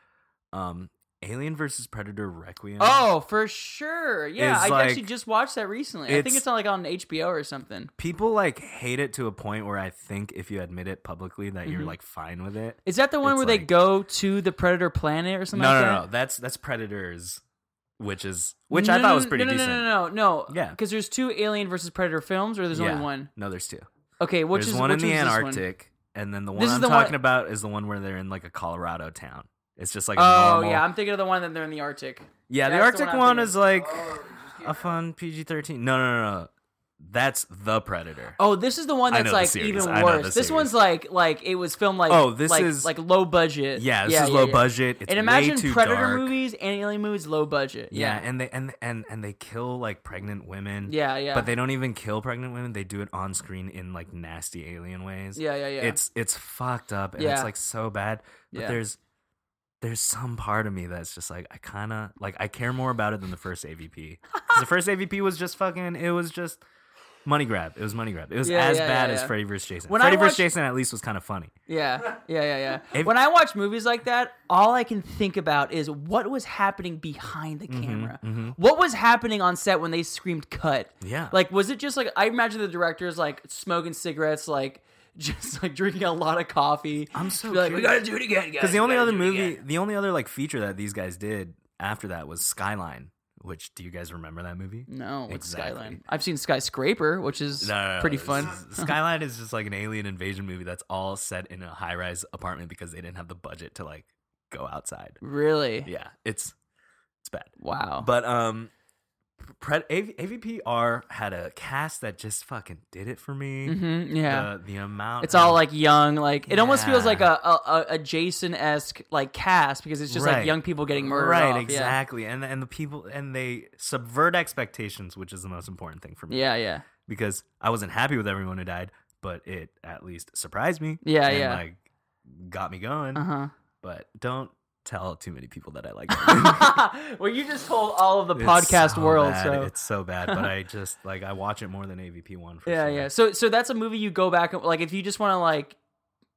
C: Um, Alien versus Predator Requiem.
A: Oh, for sure. Yeah,
C: It's
A: I
C: like-
A: actually just watched that recently. I think
C: it's-
A: it's on like on HBO or something.
C: people like hate it to a point where I think if you admit it publicly that you're
A: Mhm.
C: like fine with it.
A: Is that the one
C: It's
A: where they
C: like-
A: go to the Predator planet or something?
C: no,
A: like
C: no,
A: that?
C: no. That's that's Predators, which is which
A: No,
C: I
A: no,
C: thought was
A: no,
C: pretty
A: no, no,
C: decent.
A: No, no, no, no.
C: Yeah.
A: because there's two Alien versus Predator films, or there's
C: Yeah.
A: only one.
C: No, there's two.
A: Okay, which
C: there's
A: is
C: one
A: which
C: in the
A: was this one?
C: Antarctic, and then the one
A: This is
C: I'm
A: the one-
C: talking about is the one where they're in like a Colorado town. It's just like a
A: Oh
C: normal.
A: yeah, I'm thinking of the one that they're in the Arctic.
C: Yeah, the
A: that's the
C: Arctic
A: one I'm
C: one,
A: thinking
C: is like
D: Oh, it just came
C: a
D: out.
C: fun PG-13. No, no, no, no. That's the Predator.
A: Oh, this is the one
C: I
A: that's
C: know the
A: like
C: series.
A: even
C: I know
A: worse.
C: the
A: This
C: series.
A: one's like like it was filmed like
C: Oh, this
A: like,
C: is-
A: like low budget.
C: yeah, this is low budget. It's
A: and
C: way
A: imagine
C: too
A: Predator
C: dark.
A: movies and Alien movies low budget.
C: Yeah,
A: Yeah,
C: and they and and and they kill like pregnant women.
A: yeah, yeah.
C: But they don't even kill pregnant women. They do it on screen in like nasty alien ways.
A: yeah, yeah, yeah.
C: It's it's fucked up and
A: Yeah.
C: it's like so bad. But
A: Yeah.
C: there's there's some part of me that's just like I kind of like I care more about it than the first AVP. 'Cause the first AVP was just fucking. It was just money grab. It was money grab. It was
A: Yeah,
C: as
A: yeah,
C: bad
A: yeah,
C: as
A: yeah.
C: Freddy vs Jason.
A: When I
C: Freddy vs
A: watched-
C: Jason at least was kind of funny.
A: yeah, yeah, yeah, yeah.
C: If-
A: when I watch movies like that, all I can think about is what was happening behind the camera.
C: mhm.
A: What was happening on set when they screamed "cut"?
C: Yeah.
A: Like, was it just like I imagine the director's like smoking cigarettes, like just like drinking a lot of coffee.
C: I'm so
A: Be like, we
C: curious.
A: gotta do it again, guys.
C: Because the
A: We
C: only
A: gotta
C: other
A: do it again."
C: movie, the only other like feature that these guys did after that was Skyline. Which do you guys remember that movie?
A: No, it's
C: Exactly.
A: Skyline. I've seen Skyscraper, which is
C: No, no, no,
A: pretty
C: this
A: fun.
C: is- Skyline is just like an alien invasion movie that's all set in a high rise apartment because they didn't have the budget to like go outside.
A: Really?
C: Yeah, it's it's bad.
A: Wow.
C: But um, Pred- AV- AVPR had a cast that just fucking did it for me.
A: hmm yeah.
C: The, the amount.
A: it's all like young, like it almost feels
C: Yeah.
A: like a a, a Jason esque like cast because it's just like
C: Right.
A: young people getting murdered.
C: Right,
A: off. Yeah.
C: exactly. And and the people and they subvert expectations, which is the most important thing for me.
A: Yeah, yeah,
C: because I wasn't happy with everyone who died, but it at least surprised me.
A: Yeah,
C: and,
A: yeah.
C: Like got me going.
A: uh
C: But don't tell too many people that I like. it.
A: huh. well, you just told all of the
C: It's
A: podcast
C: so
A: world,
C: bad.
A: so
C: it's so bad. But I just like I watch it more than AVP one. For
A: yeah,
C: sure.
A: yeah. So, so that's a movie you go back and like if you just want to like,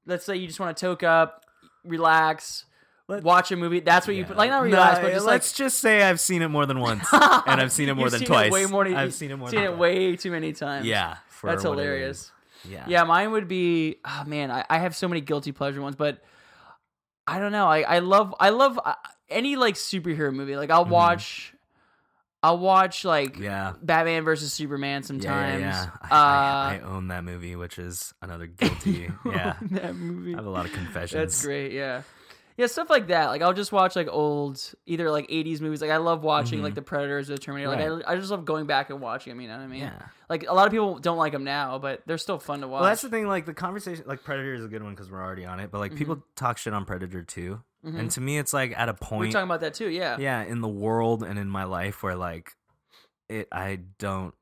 A: let's say you just want to toke up, relax,
C: Let-
A: watch a movie. That's what you
C: Yeah.
A: put. Like not relax,
C: No,
A: but just like
C: let's just say I've seen it more than once, and I've seen it more
A: You've
C: than
A: seen
C: twice.
A: It way more. than-
C: I've
A: you've
C: seen it more.
A: Seen
C: than
A: it
C: twice.
A: way too many times.
C: Yeah, for
A: that's
C: what it
A: hilarious.
C: is. Yeah,
A: Yeah, mine would be oh man, I, I have so many guilty pleasure ones, but I don't know. I, I love I love uh, any like superhero movie. Like I'll watch I'll watch like
C: Mm-hmm. yeah.
A: Batman versus Superman
C: Yeah, yeah,
A: sometimes.
C: yeah. I, I- I own that movie, which is another guilty.
A: Uh,
C: yeah,
A: that movie.
C: I have a lot of confessions.
A: That's great, yeah. Yeah, stuff like that. Like I'll just watch like old either like 80s movies. Like I love watching
C: Mm-hmm.
A: like The Predators or The Terminator. Like I, I just love going back and watching them, you know what I mean?
C: Yeah.
A: Like a lot of people don't like them now, but they're still fun to watch.
C: Well, that's the thing. Like the conversation, like Predator is a good one because we're already on it. But like people
A: Mm-hmm.
C: talk shit on Predator too, and to me, it's like at a
A: we Mm-hmm. were
C: point,
A: talking about that too, yeah.
C: yeah, in the world and in my life where like it, I don't.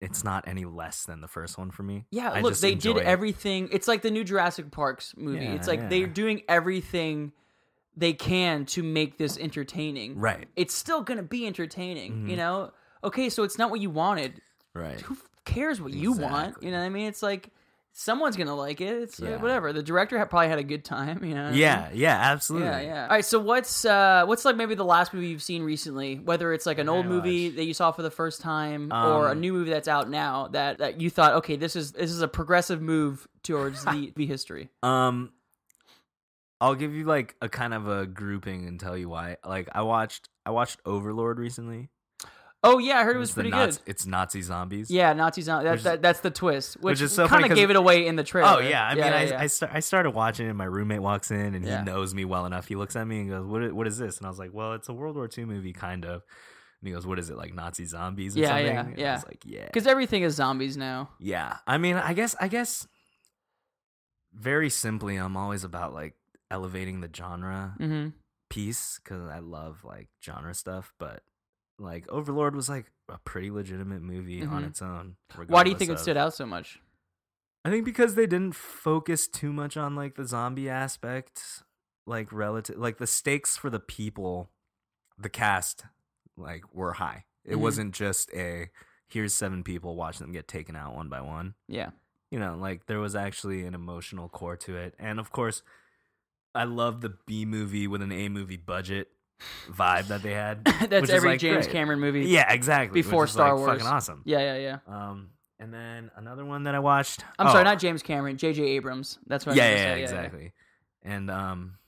C: It's not any less than the first one for me.
A: Yeah,
C: I
A: look,
C: just
A: they
C: enjoy
A: did
C: it.
A: everything. It's like the new Jurassic Parks movie.
C: Yeah,
A: it's like
C: yeah.
A: they're doing everything they can to make this entertaining.
C: Right,
A: It's still going to be entertaining, you
C: Mhm.
A: know? Okay, so it's not what you wanted.
C: right.
A: Who f- cares what you want?
C: Exactly.
A: You know what I mean? It's like someone's going to like it. It's like,
C: Yeah.
A: whatever. The director had, probably had a good time, you know? what I mean?
C: Yeah, yeah, absolutely.
A: Yeah, yeah. All right, so what's uh what's like maybe the last movie you've seen recently, whether it's like an old
C: I
A: movie
C: watched-
A: that you saw for the first time
C: Um,
A: or a new movie that's out now that that you thought, okay, this is this is a progressive move towards the the history.
C: Um, I'll give you like a kind of a grouping and tell you why. Like I watched, I watched Overlord recently.
A: Oh yeah, I heard it was
C: It's the
A: pretty
C: Nazi,
A: good.
C: It's Nazi zombies.
A: Yeah, Nazis on
C: Which
A: that,
C: is-
A: that that's the twist, which,
C: which is so funny
A: kind of
C: 'cause-
A: gave it away in the trailer.
C: Oh yeah, I mean, I
A: yeah.
C: I, start, I started watching, and my roommate walks in, and
A: Yeah.
C: he knows me well enough. He looks at me and goes, "What? i- What is this?" And I was like, "Well, it's a World War II movie, kind of." And he goes, "What is it like Nazi zombies?" Or
A: Yeah,
C: something?
A: yeah,
C: And
A: yeah.
C: I was like, "Yeah,
A: because everything is zombies now.
C: yeah." I mean, I guess, I guess, very simply, I'm always about like elevating the genre
A: Mm-hmm.
C: piece because I love like genre stuff, but like Overlord was like a pretty legitimate movie on
A: Mhm.
C: its own.
A: Why do you think it
C: regardless
A: stood
C: of-
A: out so much?
C: I think because they didn't focus too much on like the zombie aspect, like relative, like the stakes for the people, the cast, like were high. It
A: Mhm.
C: wasn't just a here's seven people watch them get taken out one by one
A: Yeah,
C: you know, like there was actually an emotional core to it. And of course, I love the B movie with an A movie budget vibe that they had.
A: that's
C: Which is,
A: every
C: like,
A: James
C: great.
A: Cameron movie.
C: yeah, exactly.
A: Before
C: which is,
A: Star
C: like,
A: Wars.
C: Fucking awesome.
A: yeah, yeah, yeah.
C: Um, and then another one that I watched.
A: I'm
C: oh,
A: sorry, not James Cameron, J.J. Abrams. That's what
C: yeah,
A: I
C: yeah,
A: was gonna
C: yeah,
A: say.
C: exactly. And um,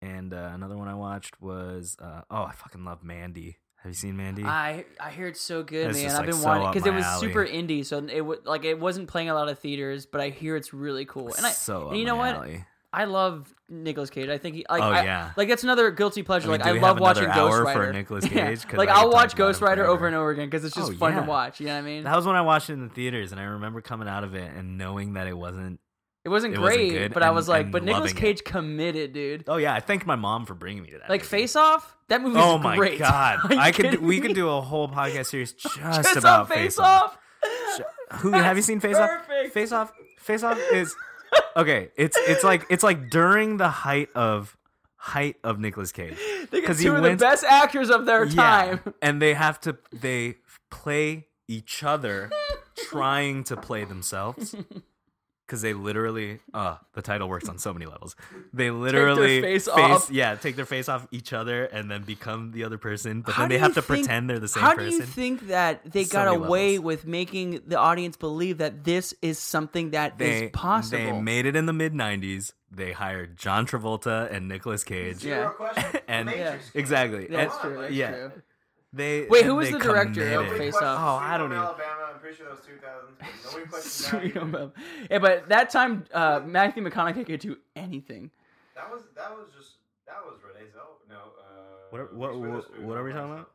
C: and uh, another one I watched was uh, oh, I fucking love Mandy. Have you seen Mandy?
A: I I hear it's so good,
C: That's
A: man.
C: just,
A: I've
C: like,
A: been
C: so
A: wanting
C: up
A: because it
C: my
A: was
C: alley.
A: super indie, so it would like it wasn't playing a lot of theaters, but I hear it's really cool. And I
C: so
A: and you
C: up
A: know
C: my
A: what?
C: alley.
A: I love Nicolas Cage. I think he like
C: Oh,
A: I-
C: yeah.
A: like that's another guilty pleasure.
C: I mean,
A: like
C: do
A: I
C: we
A: love
C: have
A: watching
C: another
A: Ghost
C: hour for
A: Rider.
C: Nicolas
A: Yeah.
C: Cage? 'Cause
A: Like
C: I could
A: I'll
C: talk about
A: watch
C: him
A: Ghost Rider over
C: forever.
A: and over again because it's just
C: Oh,
A: fun to
C: yeah.
A: watch. You know what I mean?
C: That was when I watched it in the theaters, and I remember coming out of it and knowing that it wasn't
A: it wasn't
C: it wasn't
A: great,
C: good
A: but I
C: and-
A: was like,
C: and
A: but Nicolas
C: loving it.
A: Cage committed, dude.
C: Oh yeah, I thanked my mom for bringing me to that.
A: Like
C: movie.
A: Face Off, that movie's
C: Oh my
A: great.
C: god,
A: Are you
C: I could do,
A: kidding
C: we
A: me?
C: could do a whole podcast series just,
A: Just
C: about
A: on Face
C: Off.
A: Off.
C: Who have you seen Face Off?
A: perfect.
C: Face Off. Face Off is okay. It's it's like it's like during the height of height of Nicolas Cage
A: Because
C: because
A: two
C: he
A: of
C: wins
A: the best actors of their
C: yeah,
A: time.
C: and they have to they play each other trying to play themselves. Because they literally, uh, the title works on so many levels. They literally
A: face off.
C: yeah, take their face off each other and then become the other person. But
A: How
C: then
A: do
C: they have
A: you
C: to
A: think-
C: pretend they're the same
A: How
C: person.
A: do you think that they
C: So
A: got
C: many
A: away
C: levels.
A: with making the audience believe that this is something that is
C: they
A: possible?
C: They made it in the mid '90s. They hired John Travolta and Nicolas Cage.
A: Yeah.
D: Zero question.
C: And-
D: Matrix.
C: exactly.
A: that's
C: And
D: on,
A: true.
D: like,
A: That's
C: yeah.
A: true.
C: They
A: Wait,
C: and
A: who was
C: they
A: the director of
C: committed.
D: Nobody
A: Face
D: questioned
C: Off? Oh, I
D: Sweet
C: don't
D: Home
C: even-
D: Alabama. I'm pretty sure that was 2000. Nobody questioned that.
A: Sweet Home
D: either.
A: Alabama. yeah, but that time uh, Matthew McConaughey could do anything.
D: That was that was just that was Renee Zell. No. Uh,
C: What are- what- what-
D: Reese Witherspoon
C: what are we
D: was
C: talking
D: on
C: about?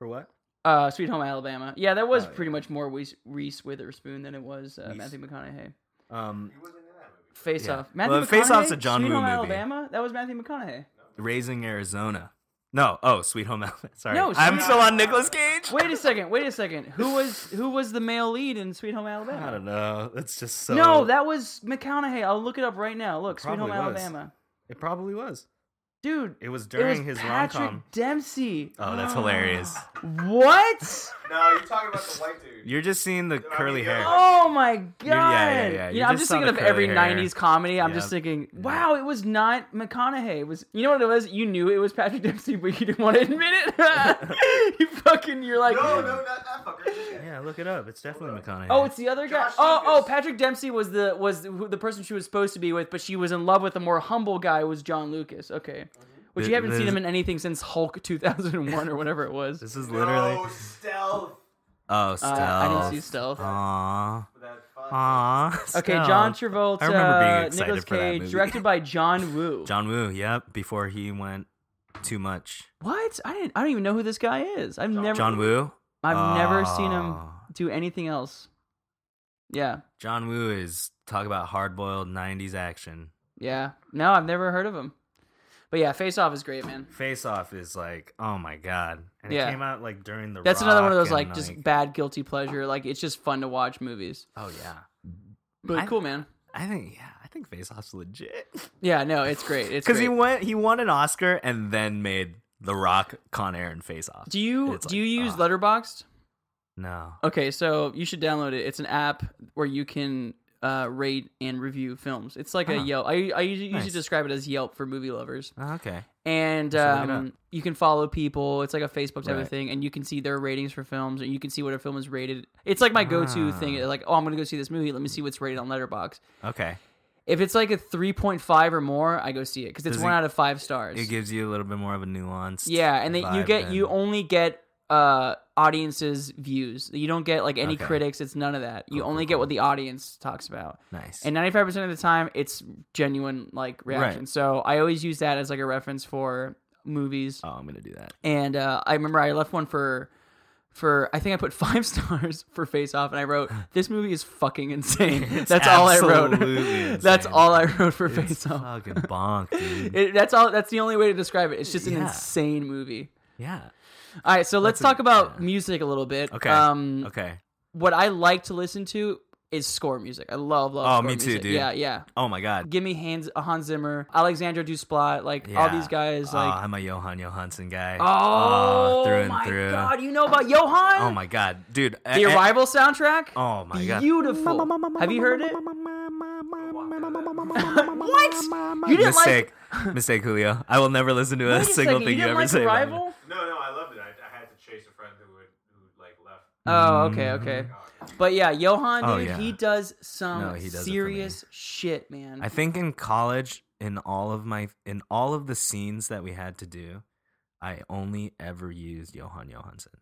C: For what?
A: Uh, Sweet Home Alabama. Yeah, that was
C: Oh, yeah.
A: pretty much more Reese, Reese Witherspoon than it was uh,
C: Reese.
A: Matthew McConaughey.
C: Um,
D: that. He wasn't in that movie.
A: Face
C: Yeah.
A: Off.
C: Well,
A: Matthew
C: Face Off's a
A: McConaughey?
C: John
A: Sweet
C: Woo
A: Home
C: movie.
A: Alabama. That was Matthew McConaughey.
C: Raising Arizona. No, oh, Sweet Home Alabama. Sorry,
A: No,
C: I'm
A: Sweet-
C: still on Nicolas Cage.
A: Wait a second. Wait a second. Who was who was the male lead in Sweet Home Alabama?
C: I don't know. That's just so.
A: No, that was McConaughey. I'll look it up right now. Look, Sweet Home
C: Probably was.
A: Alabama.
C: it probably was.
A: Dude,
C: It was
A: it was
C: during his rom
A: Patrick
C: com.
A: Dempsey.
C: Oh, that's hilarious.
A: What?
D: No, you're talking about the white dude.
C: You're just seeing the
D: I mean,
C: curly
D: yeah.
C: hair.
A: Oh my god!
C: yeah, yeah, yeah.
A: You
C: You
A: know, I'm
C: just
A: just
C: saw
A: thinking
C: the
A: of every
C: curly hair.
A: '90s comedy. I'm just
C: Yeah.
A: thinking, wow, it was not McConaughey. It was you know what it was? You knew it was Patrick Dempsey, but you didn't want to admit it. you fucking, you're like,
D: no, no, not that fucker.
C: Yeah, look it up. It's definitely McConaughey.
A: oh, it's the other guy.
D: Josh
A: Oh, oh,
D: Lucas.
A: Patrick Dempsey was the was the, who- the person she was supposed to be with, but she was in love with a more humble guy. Was John Lucas? Okay, which you
C: Th-
A: haven't seen
C: there's-
A: him in anything since Hulk 2001 or whatever it was.
C: this is
D: No,
C: literally.
D: stealth.
C: Oh,
A: Uh,
C: stealth. Um,
A: I didn't see Stealth.
C: Aww.
D: That fuck.
C: Aww.
A: Okay, John Travolta, uh,
C: I remember being excited
A: Nicolas
C: for that
A: Cage,
C: movie.
A: directed by John Woo.
C: John Woo. Yep. Before he went too much.
A: What? I didn't. I don't even know who this guy is. I've never.
C: John Woo.
A: I've never seen him
C: Oh.
A: do anything else. Yeah,
C: John Woo is talk about hard-boiled '90s action.
A: yeah. No, I've never heard of him. But yeah, Face Off is great, man.
C: Face Off is like, oh my god, and
A: Yeah.
C: it came out like during the.
A: That's another one of
C: Rock
A: those like
C: and,
A: just bad guilty pleasure. Like it's just fun to watch movies.
C: oh yeah,
A: But
C: I-
A: cool, man.
C: I think yeah, I think Face Off's legit
A: Yeah, no, it's great. It's
C: because
A: because
C: he went he won an Oscar and then made The Rock, Con Air, and Face Off.
A: Do you
C: It's
A: do
C: like,
A: you use
C: ah.
A: Letterboxd?
C: No.
A: Okay, so you should download it. It's an app where you can uh, rate and review films. It's like a
C: Ah.
A: Yelp. I I usually
C: Nice.
A: describe it as Yelp for movie lovers.
C: Oh, okay.
A: and
C: should look it
A: um, you can follow people. It's like a Facebook type of
C: Right.
A: thing, and you can see their ratings for films, and you can see what a film is rated. It's like my go-to
C: Ah.
A: thing. Like, oh, I'm gonna go see this movie. Let me see what's rated on Letterbox.
C: Okay.
A: If it's like a 3.5 or more, I go see it because it's
C: Does
A: one
C: it-
A: out of five stars.
C: It gives you a little bit more of a nuance.
A: yeah, and then you get you only get uh audiences views. You don't get like any
C: Okay.
A: critics. It's none of that. You
C: Cool,
A: only
C: cool,
A: get
C: cool.
A: what the audience talks about.
C: nice.
A: And 95% of the time, it's genuine like reaction. So I always use that as like a reference for movies.
C: oh, I'm gonna do that.
A: and uh, I remember I left one for for I think I put five stars for Face Off, and I wrote this movie is fucking insane.
C: It's
A: that's all I wrote.
C: absolutely
A: that's
C: insane.
A: all I wrote for
C: It's
A: Face Off.
C: fucking bonk, dude.
A: It, that's all. That's the only way to describe it. It's just an
C: Yeah.
A: insane movie.
C: yeah.
A: All right, so
C: That's
A: let's
C: a-
A: talk about
C: yeah.
A: music a little bit.
C: Okay.
A: Um,
C: Okay.
A: what I like to listen to is score music. I love love.
C: Oh,
A: score
C: me too,
A: music.
C: dude.
A: Yeah, yeah.
C: Oh my god.
A: Give me Hans Hans Zimmer, Alexandra Desplat, like all
C: Yeah.
A: these guys.
C: Oh,
A: Like
C: I'm a Johan Johansson guy.
A: oh,
C: Oh, through and
A: my
C: through.
A: god, you know about Johan?
C: Oh my god, dude.
A: The
C: a- a-
A: Arrival soundtrack?
C: Oh my god.
A: Beautiful. Have you heard it?
B: what?
A: You didn't
C: mistake, mistake, Julio. I will never listen to a
A: Wait
C: single
A: second,
C: thing
A: you
C: you,
A: didn't
C: ever
A: like
C: say. about
A: Arrival?
D: No, no, I loved it. I, I had to chase a friend who would, who like left.
A: Oh, okay, okay. But yeah, Johan, dude,
C: Oh, yeah.
A: he does some
C: No, he does it for me.
A: serious shit, man.
C: me. I think in college, in all of my, in all of the scenes that we had to do, I only ever used Johan Johansson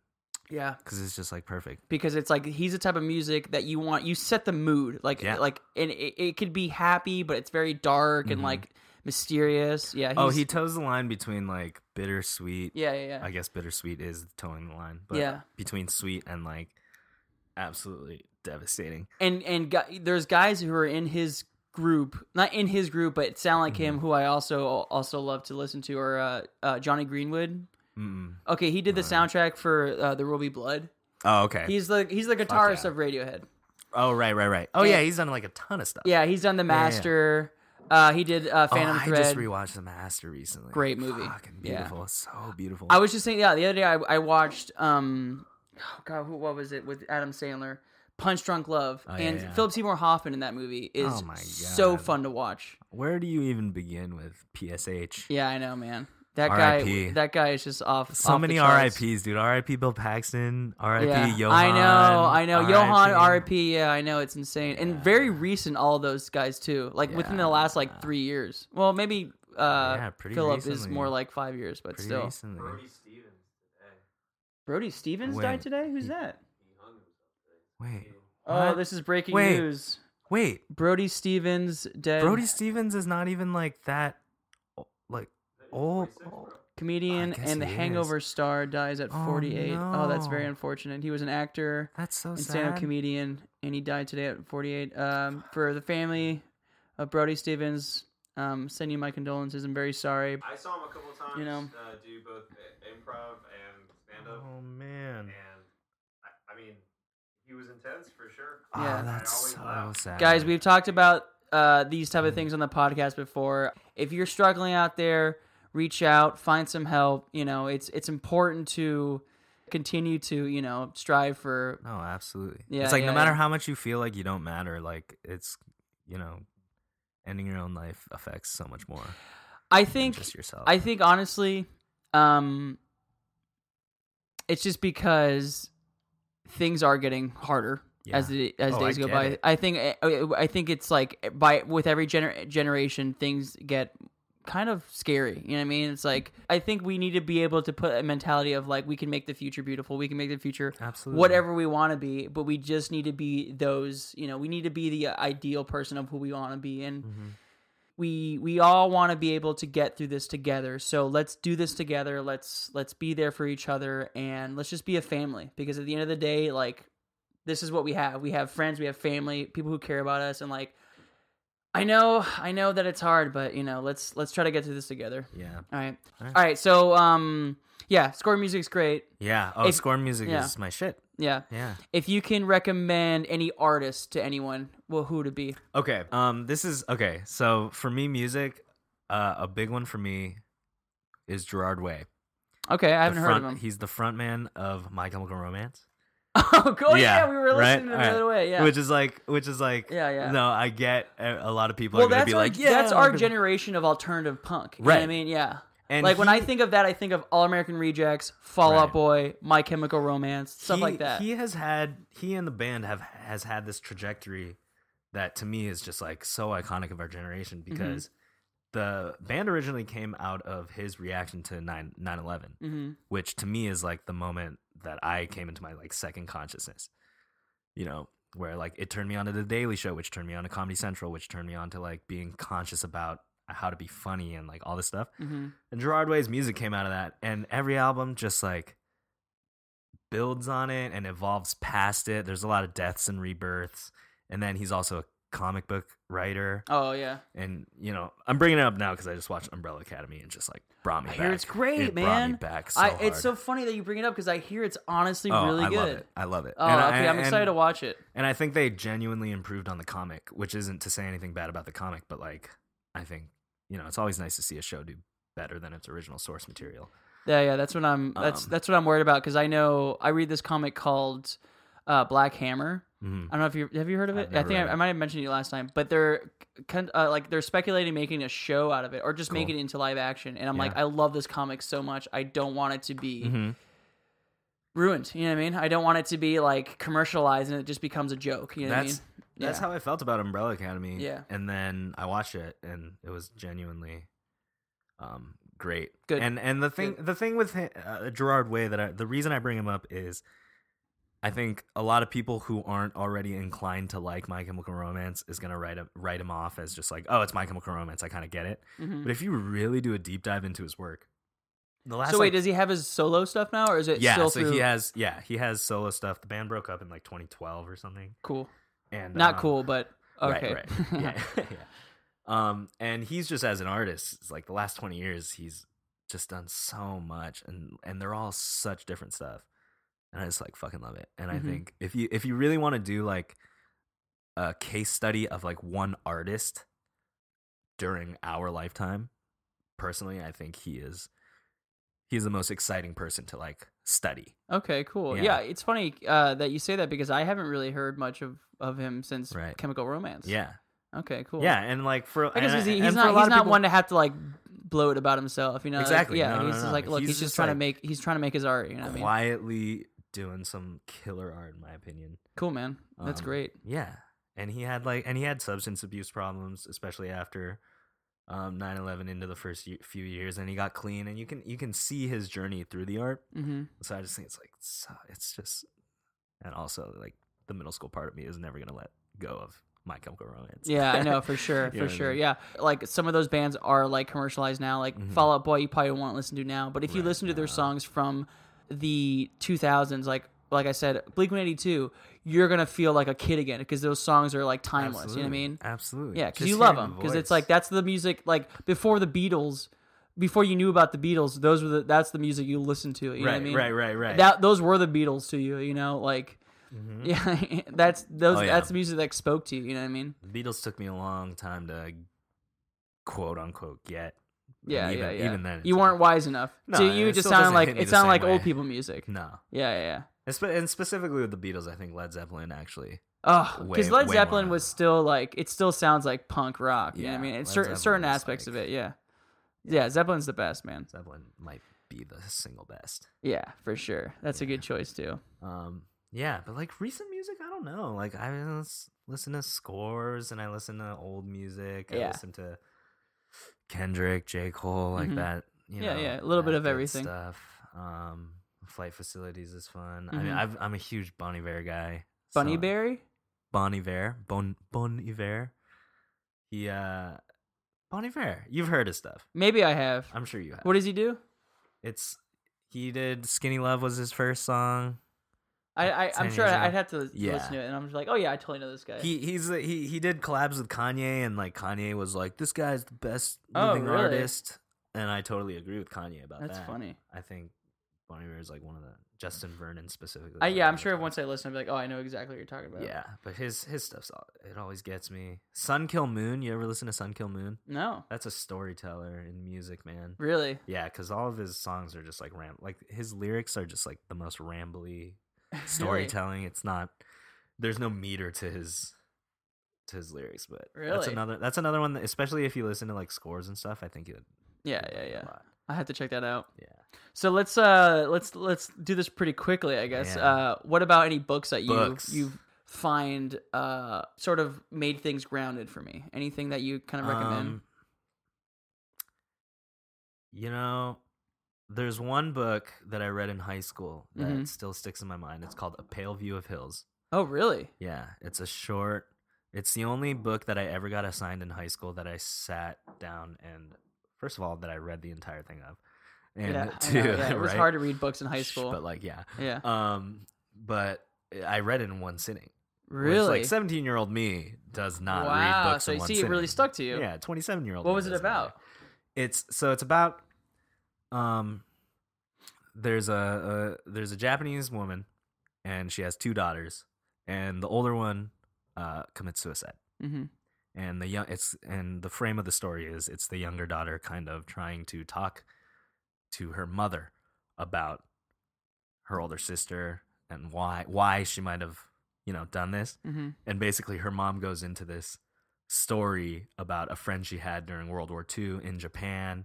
A: yeah,
C: because it's just like perfect.
A: because it's like he's the type of music that you want. You set the mood, like
C: Yeah.
A: like, and it, it could be happy, but it's very dark and
C: Mhm.
A: like mysterious. Yeah.
C: Oh,
A: he's-
C: he toes the line between like bittersweet.
A: Yeah, yeah, yeah.
C: I guess bittersweet is towing the line, but
A: Yeah.
C: between sweet and like absolutely devastating.
A: and and gu- there's guys who are in his group, not in his group, but sound like
C: Mm-hmm.
A: him, who I also also love to listen to, or uh, uh, Johnny Greenwood.
C: Mm-mm.
A: Okay, he did the soundtrack for uh, There Will Be Blood.
C: Oh, okay.
A: He's the he's the guitarist of Radiohead.
C: oh, right, right, right. Oh,
A: And-
C: yeah, he's done like a ton of stuff.
A: Yeah, he's done the
C: yeah, yeah.
A: Master. Uh, he did uh,
C: Oh,
A: Phantom
C: I
A: Thread.
C: just rewatched The Master recently.
A: Great movie.
C: Fucking
A: Yeah.
C: beautiful. So beautiful.
A: I was just saying, yeah, the other day I, I watched um, oh god, who, what was it with Adam Sandler? Punch Drunk Love,
C: Oh, yeah,
A: and
C: yeah.
A: Philip Seymour Hoffman in that movie is
C: Oh, my
A: so
C: God.
A: fun to watch.
C: Where do you even begin with PSH?
A: Yeah, I know, man. That guy,
C: R.I.P..
A: that guy is just off.
C: So
A: off the
C: many
A: charts.
C: RIPs, dude. RIP Bill Paxton. RIP
A: Yeah,
C: Johan.
A: I know, I know. Johan,
C: RIP.
A: RIP, yeah, I know. It's insane and very recent. All those guys too, like within the last like three years. Well, maybe uh,
C: Yeah, pretty
A: Philip is
C: recently.
A: more like five years, but
C: Pretty
A: still.
C: recently.
D: Brody Stevens today.
A: Brody Stevens
C: When-
A: died today. Who's that?
D: He hung himself today.
C: Wait.
A: Oh,
C: What?
A: this is breaking
C: Wait.
A: news.
C: Wait.
A: Brody Stevens dead.
C: Brody Stevens is not even like that. o- Like old.
A: comedian
C: I guess
A: and the
C: he is.
A: Hangover star dies at
C: Oh,
A: 48. Oh, that's very
C: no.
A: unfortunate. He was an actor.
C: That's so
A: and
C: sad.
A: stand-up comedian, and he died today at 48. Um, for the family of Brody Stevens, um, send you my condolences. I'm very sorry.
D: I saw him a couple of times.
A: You know.
D: uh, do both i- improv and stand up,
C: Oh man.
D: and I, I mean, he was intense for sure.
C: Oh,
A: Yeah.
C: that's
D: Ah, I
C: so
D: always laugh.
C: sad.
A: Guys, we've talked about uh, these type of things on the podcast before. If you're struggling out there, reach out, find some help. You know, it's it's important to continue to you know strive for.
C: Oh, absolutely.
A: Yeah,
C: it's like
A: yeah,
C: no matter
A: yeah.
C: how much you feel like you don't matter, like it's you know, ending your own life affects so much more
A: I
C: than
A: think
C: just yourself.
A: I think honestly, um, it's just because things are getting harder as
C: Yeah.
A: the, as
C: Oh, I
A: days go
C: get
A: by.
C: it.
A: I think I I think it's like by with every gener- generation, things get kind of scary. You know what I mean? It's like I think we need to be able to put a mentality of like we can make the future beautiful. We can make the future
C: absolutely
A: whatever we want to be, but we just need to be those, you know, we need to be the ideal person of who we want to be and
C: Mm-hmm.
A: we we all want to be able to get through this together. So let's do this together. Let's let's be there for each other and let's just be a family because at the end of the day like this is what we have. We have friends, we have family, people who care about us and like I know I know that it's hard, but you know, let's let's try to get through this together.
C: Yeah.
A: All right. All
C: All
A: right.
C: right.
A: so um yeah, score music's great.
C: Yeah. Oh,
A: If-
C: score music
A: yeah.
C: is my shit.
A: Yeah.
C: Yeah.
A: if you can recommend any artist to anyone, well, who would it be?
C: Okay. Um, this is okay. So for me, music, uh, a big one for me is Gerard Way.
A: Okay, I haven't
C: the
A: heard
C: front,
A: of him.
C: He's the frontman of My Chemical Romance.
A: oh, cool. Yeah,
C: Yeah,
A: we were
C: right,
A: listening to the
C: alright.
A: other way. Yeah.
C: Which is like, which is like,
A: Yeah, yeah.
C: No, I get a, a lot of people
A: well,
C: are gonna
A: that's
C: be
A: our,
C: like, yeah,
A: that's our
C: but-
A: generation of alternative punk. You know what I
C: Right.
A: mean, yeah.
C: And
A: like when I
C: he-
A: think of that, I think of All American Rejects, Fall Out
C: Right.
A: Boy, My Chemical Romance, stuff like
C: he-
A: that.
C: He has had he and the band have has had this trajectory that to me is just like so iconic of our generation
A: Mm-hmm.
C: because the band originally came out of his reaction to 9 11
A: hmm
C: which to me is like the moment that I came into my like second consciousness. You know, where like it turned me on to the Daily Show, which turned me on to Comedy Central, which turned me on to like being conscious about how to be funny and like all this stuff.
A: hmm
C: And Gerard Way's music came out of that, and every album just like builds on it and evolves past it. There's a lot of deaths and rebirths, and then he's also a comic book writer.
A: Oh yeah,
C: And you know, I'm bringing it up now because I just watched Umbrella Academy and just like brought me
A: I
C: back.
A: hear it's great,
C: it Brought
A: man.
C: me back. So
A: I,
C: hard.
A: it's so funny that you bring it up because I hear it's honestly
C: Oh,
A: really
C: I
A: good.
C: love it. I love it.
A: Oh,
C: And
A: okay,
C: I,
A: I'm excited
C: and,
A: to watch it.
C: And I think they genuinely improved on the comic, which isn't to say anything bad about the comic, but like I think you know, it's always nice to see a show do better than its original source material.
A: Yeah, yeah, that's what I'm. That's
C: Um,
A: that's what I'm worried about because I know I read this comic called uh, Black Hammer.
C: Mhm.
A: I don't know if you have you heard of
C: I've
A: it. I
C: never
A: think I,
C: read
A: I
C: it.
A: might have mentioned it last time, but they're kind uh, like they're speculating making a show out of it or just
C: Cool.
A: making it into live action. And I'm like,
C: Yeah.
A: I love this comic so much. I don't want it to be
C: Mhm.
A: ruined. You know what I mean? I don't want it to be like commercialized and it just becomes a joke. You know
C: That's
A: what I mean?
C: that's
A: yeah.
C: how I felt about Umbrella Academy.
A: Yeah.
C: And then I watched it and it was genuinely um great.
A: Good.
C: And and the thing the thing with hi- uh, Gerard Way that I, the reason I bring him up is I think a lot of people who aren't already inclined to like My Chemical Romance is going to write up, write him off as just like, "Oh, it's My Chemical Romance. I kind of get it."
A: Mhm.
C: But if you really do a deep dive into his work, the last
A: So wait,
C: like,
A: does he have his solo stuff now, or is it
C: yeah,
A: still
C: so
A: through?
C: he has yeah, he has solo stuff. The band broke up in like 2012 or something.
A: cool,
C: And
A: not
C: um,
A: cool, but okay.
C: Right, right. Yeah. yeah. Um, and he's just as an artist, it's like the last twenty years, he's just done so much, and and they're all such different stuff, and I just like fucking love it. And
A: Mhm.
C: I think if you if you really want to do like a case study of like one artist during our lifetime, personally, I think he is he's the most exciting person to like study.
A: Okay, cool. Yeah,
C: Yeah.
A: it's funny uh, that you say that because I haven't really heard much of, of him since
C: Right.
A: Chemical Romance.
C: Yeah,
A: Okay, cool.
C: yeah, and like for
A: I guess 'cause
C: and,
A: he, he's
C: and for a
A: not
C: lot
A: he's
C: of
A: not
C: people-
A: one to have to like blow it about himself, you know. like,
C: Exactly.
A: yeah,
C: No,
A: he's
C: no,
A: just
C: no.
A: like, look, he's,
C: He's
A: just,
C: just,
A: trying to
C: like,
A: make he's trying to make his art. You know what I mean?
C: quietly doing some killer art in my opinion
A: Cool, man. That's
C: Um,
A: great.
C: yeah and he had like and he had substance abuse problems especially after um 9-11 into the first ye- few years and he got clean and you can you can see his journey through the art
A: hmm
C: so i just think it's like so, it's just and also like the middle school part of me is never gonna let go of my chemical romance
A: Yeah, I know for sure,
C: You know
A: for
C: what I
A: sure.
C: mean?
A: Yeah, like some of those bands are like commercialized now. Like
C: Mhm.
A: Fall Out Boy, you probably won't listen to now, but if you
C: Right,
A: listen to their
C: no.
A: songs from the 2000s, like like I said, Bleak 182, you're gonna feel like a kid again because those songs are like timeless. You know what I mean?
C: absolutely
A: Yeah, because
C: Just
A: you love
C: hearing
A: them
C: the
A: because it's
C: voice.
A: like that's the music like before the Beatles, before you knew about the Beatles, those were the that's the music you listened to. You know what I
C: right
A: mean?
C: right right right
A: That those were the Beatles to you. You know, like
C: Mhm.
A: yeah, that's those
C: Oh, yeah.
A: that's the music that spoke to you. You know what I mean?
C: The Beatles took me a long time to quote unquote get
A: Yeah,
C: even,
A: yeah, yeah.
C: Even then,
A: you
C: it's
A: weren't wise enough.
C: No,
A: so
C: and
A: you
C: it
A: just
C: still
A: sounded
C: doesn't
A: like
C: hit me
A: it
C: the
A: sounded
C: same
A: like old
C: way.
A: people music.
C: No,
A: Yeah, yeah, yeah.
C: and, spe- and specifically with the Beatles, I think Led Zeppelin actually.
A: Oh,
C: Way-
A: because Led
C: way
A: Zeppelin
C: more.
A: was still like it still sounds like punk rock. Yeah, I
C: Yeah,
A: mean, it's
C: Led
A: cer- certain
C: Zeppelin is
A: aspects of
C: like-
A: it. Yeah, yeah. Zeppelin's the best, man.
C: Zeppelin might be the single best.
A: Yeah, for sure. That's a good choice too.
C: Um, yeah, but like recent music, I don't know. Like I lis- listen to scores and I listen to old music. I
A: Yeah.
C: listen to Kendrick, J. Cole, like
A: Mhm.
C: that. You
A: Yeah,
C: know,
A: yeah, a little bit
C: that
A: of
C: good
A: everything.
C: Stuff. Um, flight facilities is fun. I mean,
A: Mhm.
C: I've, I'm a huge Bon Iver guy.
A: Bunny
C: so-
A: Berry.
C: Bon Iver. Bon Bon Iver. He uh, Bon Iver. You've heard his stuff.
A: Maybe I have.
C: I'm sure you have.
A: What does he do?
C: It's he did Skinny Love was his first song.
A: I, I I'm
C: 10
A: sure
C: years
A: I,
C: ago.
A: I'd have to l-
C: Yeah.
A: listen to it, and I'm just like, oh yeah, I totally know this guy.
C: He he's the- he he did collabs with Kanye and like Kanye was like this guy's the best
A: Oh,
C: living
A: really?
C: artist and I totally agree with Kanye about
A: That's
C: that.
A: funny.
C: I think Bon Iver is like one of the Justin Vernon specifically.
A: I,
C: like,
A: Uh, yeah,
C: one
A: I'm
C: of
A: sure
C: the-
A: once I listen, I'll be like, oh, I know exactly what you're talking about.
C: Yeah, but his his stuff's al- it always gets me. Sun Kill Moon, you ever listen to Sun Kill Moon?
A: No,
C: That's a storyteller in music, man.
A: really.
C: Yeah, because all of his songs are just like ram. Like his lyrics are just like the most rambly storytelling. It's not. There's no meter to his to his lyrics, but that's
A: Really?
C: another that's another one. That, especially if you listen to like scores and stuff, I think you.
A: Yeah, yeah, yeah. I have to check that out.
C: Yeah.
A: So let's uh let's let's do this pretty quickly, I guess.
C: Yeah.
A: Uh what about any books that you
C: Books.
A: you find uh sort of made things grounded for me? Anything that you kind of recommend?
C: Um, you know, there's one book that I read in high school that
A: Mhm.
C: still sticks in my mind. It's called A Pale View of Hills.
A: oh, really?
C: Yeah, it's a short. It's the only book that I ever got assigned in high school that I sat down and first of all that I read the entire thing of, and
A: yeah, I
C: two,
A: know, yeah, It was
C: right?
A: hard to read books in high
C: Shh,
A: school.
C: But like, yeah,
A: yeah.
C: um, but I read it in one sitting. which,
A: really?
C: like seventeen-year-old me does not
A: wow.
C: read books
A: so
C: in
A: you
C: one
A: see
C: sitting.
A: it really stuck to you.
C: Yeah, twenty-seven-year-old.
A: What was it about?
C: It's so it's about um there's a, a there's a Japanese woman and she has two daughters and the older one uh commits suicide
A: Mm-hmm.
C: and the young it's and the frame of the story is it's the younger daughter kind of trying to talk to her mother about her older sister and why why she might have you know done this
A: Mm-hmm.
C: and basically her mom goes into this story about a friend she had during World War II in Japan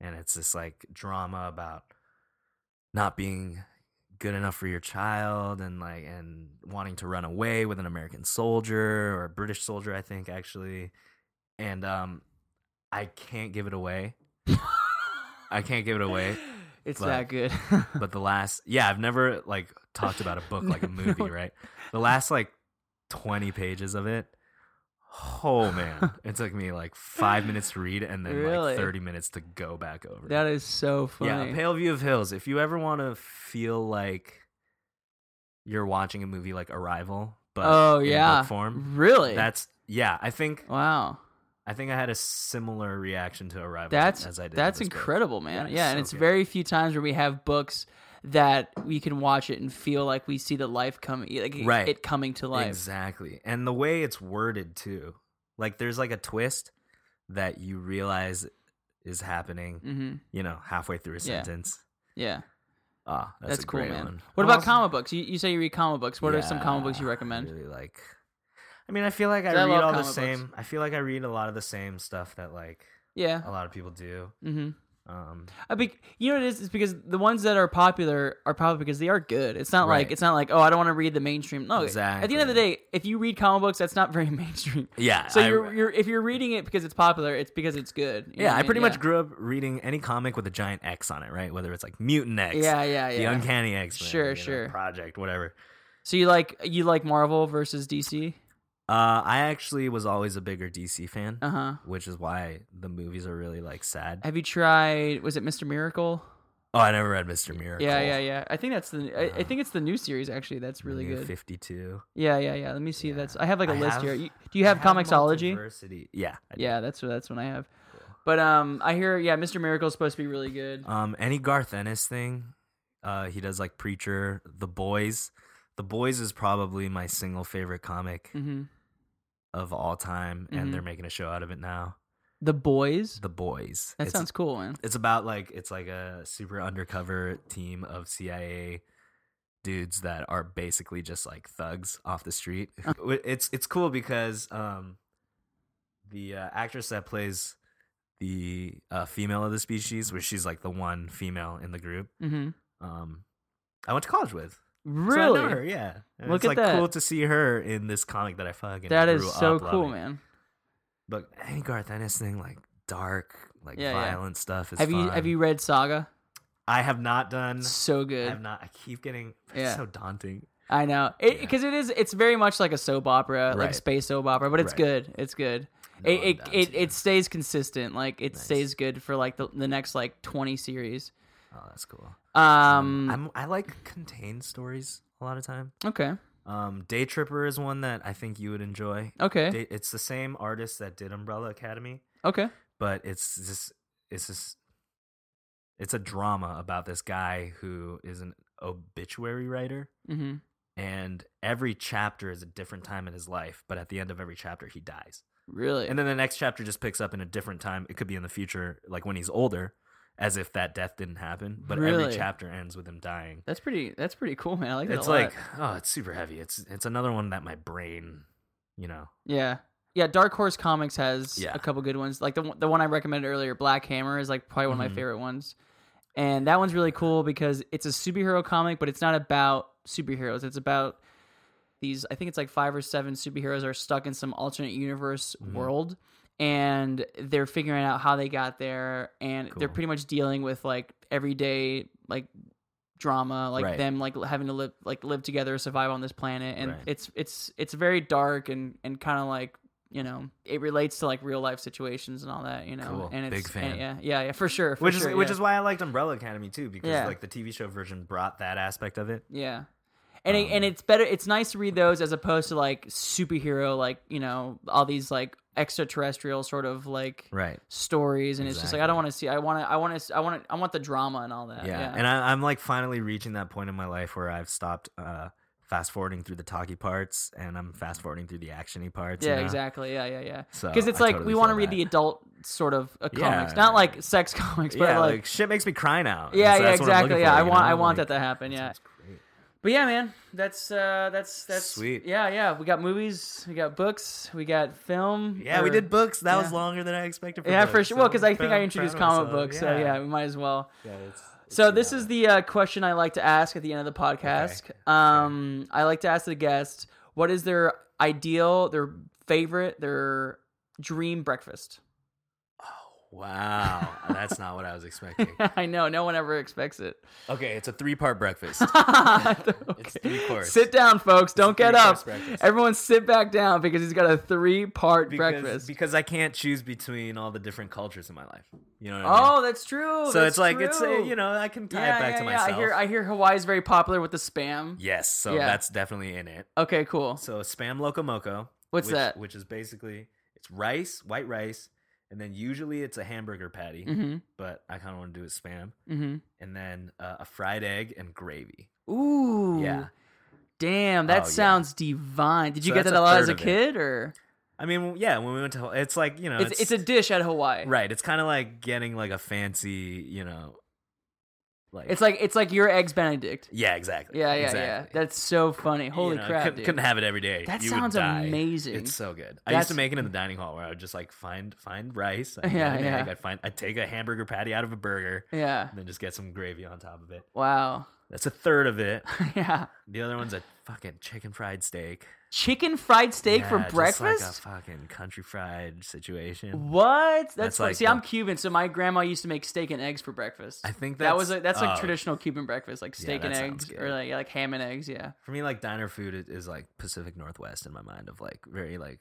C: and it's this like drama about not being good enough for your child and like and wanting to run away with an American soldier or a British soldier I think actually and um I can't give it away I can't give it away
A: It's
C: but-
A: that good.
C: but the last yeah I've never like talked about a book like a movie
A: No.
C: right the last like 20 pages of it oh man it took me like five minutes to read and then
A: Really?
C: like 30 minutes to go back over
A: that is so
C: yeah
A: funny.
C: pale view of hills if you ever want to feel like you're watching a movie like arrival but
A: oh
C: in
A: yeah.
C: book form
A: Really? Oh.
C: that's yeah i think
A: wow.
C: i think i had a similar reaction to arrival
A: That's
C: as i did to
A: that's
C: this book.
A: incredible, man.
C: Yeah,
A: Yeah,
C: it's
A: and
C: so
A: it's
C: good.
A: very few times where we have books that we can watch it and feel like we see the life coming, like it-
C: Right.
A: it coming to life.
C: Exactly. And the way it's worded too. Like there's like a twist that you realize is happening,
A: Mm-hmm.
C: you know, halfway through a
A: Yeah.
C: sentence.
A: Yeah,
C: Ah, that's,
A: that's,
C: a
A: cool,
C: great
A: man.
C: one.
A: What
C: I'm
A: about
C: also-
A: comic books? You, you say you read comic books. What are some comic books you
C: Yeah, I
A: recommend?
C: really like I mean, I feel like I
A: 'Cause I
C: read
A: love
C: all the
A: comic books.
C: same. I feel like I read a lot of the same stuff that like
A: Yeah.
C: a lot of people do.
A: Mm-hmm.
C: Um,
A: I be, you know what it is? It's because the ones that are popular are popular because they are good. It's not like
C: Right.
A: it's not like oh I don't want to read the mainstream. No, at the end of the
C: Exactly.
A: day, if you read comic books, that's not very mainstream.
C: yeah.
A: So
C: I-
A: you're, you're if you're reading it because it's popular, it's because it's good. You know
C: yeah,
A: what
C: I
A: mean?
C: pretty
A: Yeah.
C: much grew up reading any comic with a giant X on it, right? Whether it's like Mutant X,
A: Yeah, yeah, yeah.
C: the Uncanny X,
A: Sure, sure.
C: Project, whatever.
A: So you like you like Marvel versus DC?
C: Uh, I actually was always a bigger DC fan,
A: Uh huh.
C: which is why the movies are really like sad.
A: Have you tried? Was it Mister Miracle?
C: Oh, I never read Mister Miracle.
A: Yeah, yeah, yeah. I think that's the. I, I
C: Uh,
A: think it's the new series actually. That's really good.
C: Fifty two.
A: Yeah, yeah, yeah. Let me see.
C: Yeah.
A: That's. I have like a
C: I
A: list
C: have-
A: here. You, do you have, Comixology?
C: Yeah. I do.
A: Yeah, that's what that's when I have. But um, I hear yeah, Mister Miracle's supposed to be really good.
C: Um, any Garth Ennis thing? Uh, he does like Preacher, The Boys. The Boys is probably my single favorite comic
A: Mm-hmm.
C: of all time,
A: Mhm.
C: and they're making a show out of it now.
A: The Boys.
C: The Boys.
A: That
C: It's-
A: sounds cool, man.
C: It's about like it's like a super undercover team of CIA dudes that are basically just like thugs off the street.
A: Uh-huh.
C: It's it's cool because um the uh, actress that plays the uh, female of the species, where she's like the one female in the group,
A: Mm-hmm.
C: um, I went to college with. So I know
A: Really,
C: her, yeah. And
A: Look
C: it's
A: at
C: like
A: that.
C: cool to see her in this comic that I fucking
A: that is
C: grew
A: so
C: up
A: cool,
C: loving.
A: man.
C: But any Garth Ennis thing, like dark, like
A: Yeah, yeah.
C: violent stuff, is
A: Have you have
C: fun.
A: you read Saga?
C: I have not done.
A: So
C: I
A: good.
C: have not. I keep getting. It's
A: Yeah.
C: so daunting.
A: I know
C: Yeah.
A: because it is. It's very much like a soap opera, like
C: Right.
A: space soap opera, but it's
C: Right.
A: good. It's good.
C: No, I'm
A: it it,
C: down
A: it,
C: to
A: it stays consistent. Like it
C: Nice.
A: stays good for like the, the next like twenty series.
C: Oh, that's cool.
A: Um.
C: I'm, I like contained stories a lot of time.
A: okay.
C: Um, Day Tripper is one that I think you would enjoy.
A: Okay.
C: Day, it's the same artist that did Umbrella Academy,
A: okay.
C: but it's just it's just it's a drama about this guy who is an obituary writer,
A: Mm-hmm.
C: and every chapter is a different time in his life. But at the end of every chapter, he dies.
A: Really.
C: And then the next chapter just picks up in a different time. It could be in the future, like when he's older, as if that death didn't happen. But
A: Really?
C: every chapter ends with him dying.
A: that's pretty. That's pretty cool, man. I like that.
C: it's
A: a lot.
C: like, oh, it's super heavy. It's it's another one that my brain, you know.
A: Yeah. Yeah, Dark Horse Comics has
C: Yeah.
A: a couple good ones. Like the one- the one I recommended earlier, Black Hammer is like probably one of
C: Mhm.
A: my favorite ones. And that one's really cool because it's a superhero comic, but it's not about superheroes. It's about these I think it's like 5 or 7 superheroes are stuck in some alternate universe
C: Mhm.
A: world and they're figuring out how they got there and they're
C: Cool.
A: pretty much dealing with like everyday like drama like
C: Right.
A: them like having to live like live together survive on this planet and
C: Right.
A: it's it's it's very dark and and kind of like you know it relates to like real life situations and all that you know
C: Cool.
A: and it's
C: Big fan.
A: and yeah yeah yeah for sure for
C: which
A: sure,
C: is which
A: yeah.
C: is why I liked Umbrella Academy too, because
A: Yeah.
C: like the TV show version brought that aspect of it.
A: yeah and it,
C: Um,
A: and it's better it's nice to read those as opposed to like superhero like you know all these like extraterrestrial sort of like
C: Right.
A: stories and it's just like I
C: Exactly.
A: don't want to see I want to I want to I want to I want the drama and all that
C: Uh, Yeah. And I, I'm like finally reaching that point in my life where I've stopped uh, fast forwarding through the talky parts and I'm fast forwarding through the actiony parts.
A: yeah
C: you know?
A: exactly yeah yeah yeah
C: So
A: because it's
C: I
A: like
C: totally
A: we want to
C: feel
A: read
C: that.
A: the adult sort of uh,
C: Yeah.
A: comics, not like sex comics, but
C: yeah,
A: like,
C: like, shit makes me cry now. And
A: yeah,
C: so
A: yeah,
C: that's what I'm
A: exactly.
C: looking
A: Yeah,
C: for,
A: I
C: you
A: want
C: know?
A: I want
C: Like,
A: that to happen. Yeah,
C: sounds great.
A: but yeah, man, that's uh, that's that's
C: Sweet.
A: Yeah, yeah, we got movies, we got books, we got film.
C: Yeah, we
A: or-
C: did books. That was
A: yeah.
C: longer than I expected. For
A: Yeah,
C: books,
A: for sure.
C: so
A: Well, because I
C: I'm
A: think
C: proud-
A: I introduced
C: proud of
A: comic
C: myself.
A: books, so yeah, we might as well.
C: Yeah, it's- it's
A: So this
C: not-
A: is the uh, question I like to ask at the end of the podcast. Um, I like to ask the guest what is their ideal, their favorite, their dream breakfast.
C: Wow, that's not what I was expecting.
A: I know no one ever expects it.
C: Okay, it's a three-part breakfast.
A: Okay.
C: three course.
A: Sit down, folks. Don't get
C: three-course
A: up.
C: breakfast.
A: Everyone, sit back down because he's got a three-part
C: Because,
A: breakfast.
C: because I can't choose between all the different cultures in my life. You know what I mean?
A: oh, that's true.
C: so
A: that's
C: it's like it's uh,
A: true.
C: you know I can tie
A: yeah,
C: it back
A: yeah,
C: to
A: yeah.
C: myself.
A: I hear I hear Hawaii's very popular with the spam.
C: yes, so
A: Yeah.
C: that's definitely in it.
A: Okay, cool.
C: So spam locomoco.
A: What's
C: which,
A: that?
C: Which is basically it's rice, white rice, and then usually it's a hamburger patty,
A: Mm-hmm.
C: but I kind of want to do it spam,
A: Mm-hmm.
C: and then uh, a fried egg and gravy.
A: Ooh.
C: Yeah.
A: Damn,
C: Oh,
A: that
C: yeah.
A: sounds divine. Did you
C: So
A: get
C: that's
A: that
C: a
A: a lot
C: third
A: as a
C: of it.
A: kid, or
C: I mean, yeah, when we went to Haw- it's like you know
A: it's, it's a dish at Hawaii?
C: right. It's kind of like getting like a fancy, you know, like
A: It's like it's like your eggs Benedict.
C: yeah, exactly,
A: Yeah, yeah,
C: exactly.
A: yeah. That's so funny.
C: You
A: Holy
C: know,
A: crap,
C: couldn't,
A: dude.
C: couldn't have it every day.
A: That
C: You would
A: sounds
C: die.
A: amazing.
C: It's so good. I
A: That's-
C: used to make it in the dining hall where I would just like find find rice, I'd
A: Yeah,
C: yeah, an
A: yeah.
C: egg, I'd find I'd take a hamburger patty out of a burger,
A: yeah.
C: and then just get some gravy on top of it.
A: Wow.
C: That's a third of it.
A: yeah.
C: The other one's a fucking chicken fried steak.
A: Chicken fried steak for
C: Yeah,
A: breakfast?
C: just like a fucking country fried situation.
A: What? That's,
C: That's
A: funny.
C: like
A: see,
C: the-
A: I'm Cuban, so my grandma used to make steak and eggs for breakfast.
C: I think that's,
A: that was like, that's like
C: oh,
A: traditional Cuban breakfast, like steak
C: that
A: and
C: sounds
A: eggs,
C: good.
A: or like yeah, like ham and eggs. Yeah,
C: For me, like diner food is, is like Pacific Northwest in my mind of like very like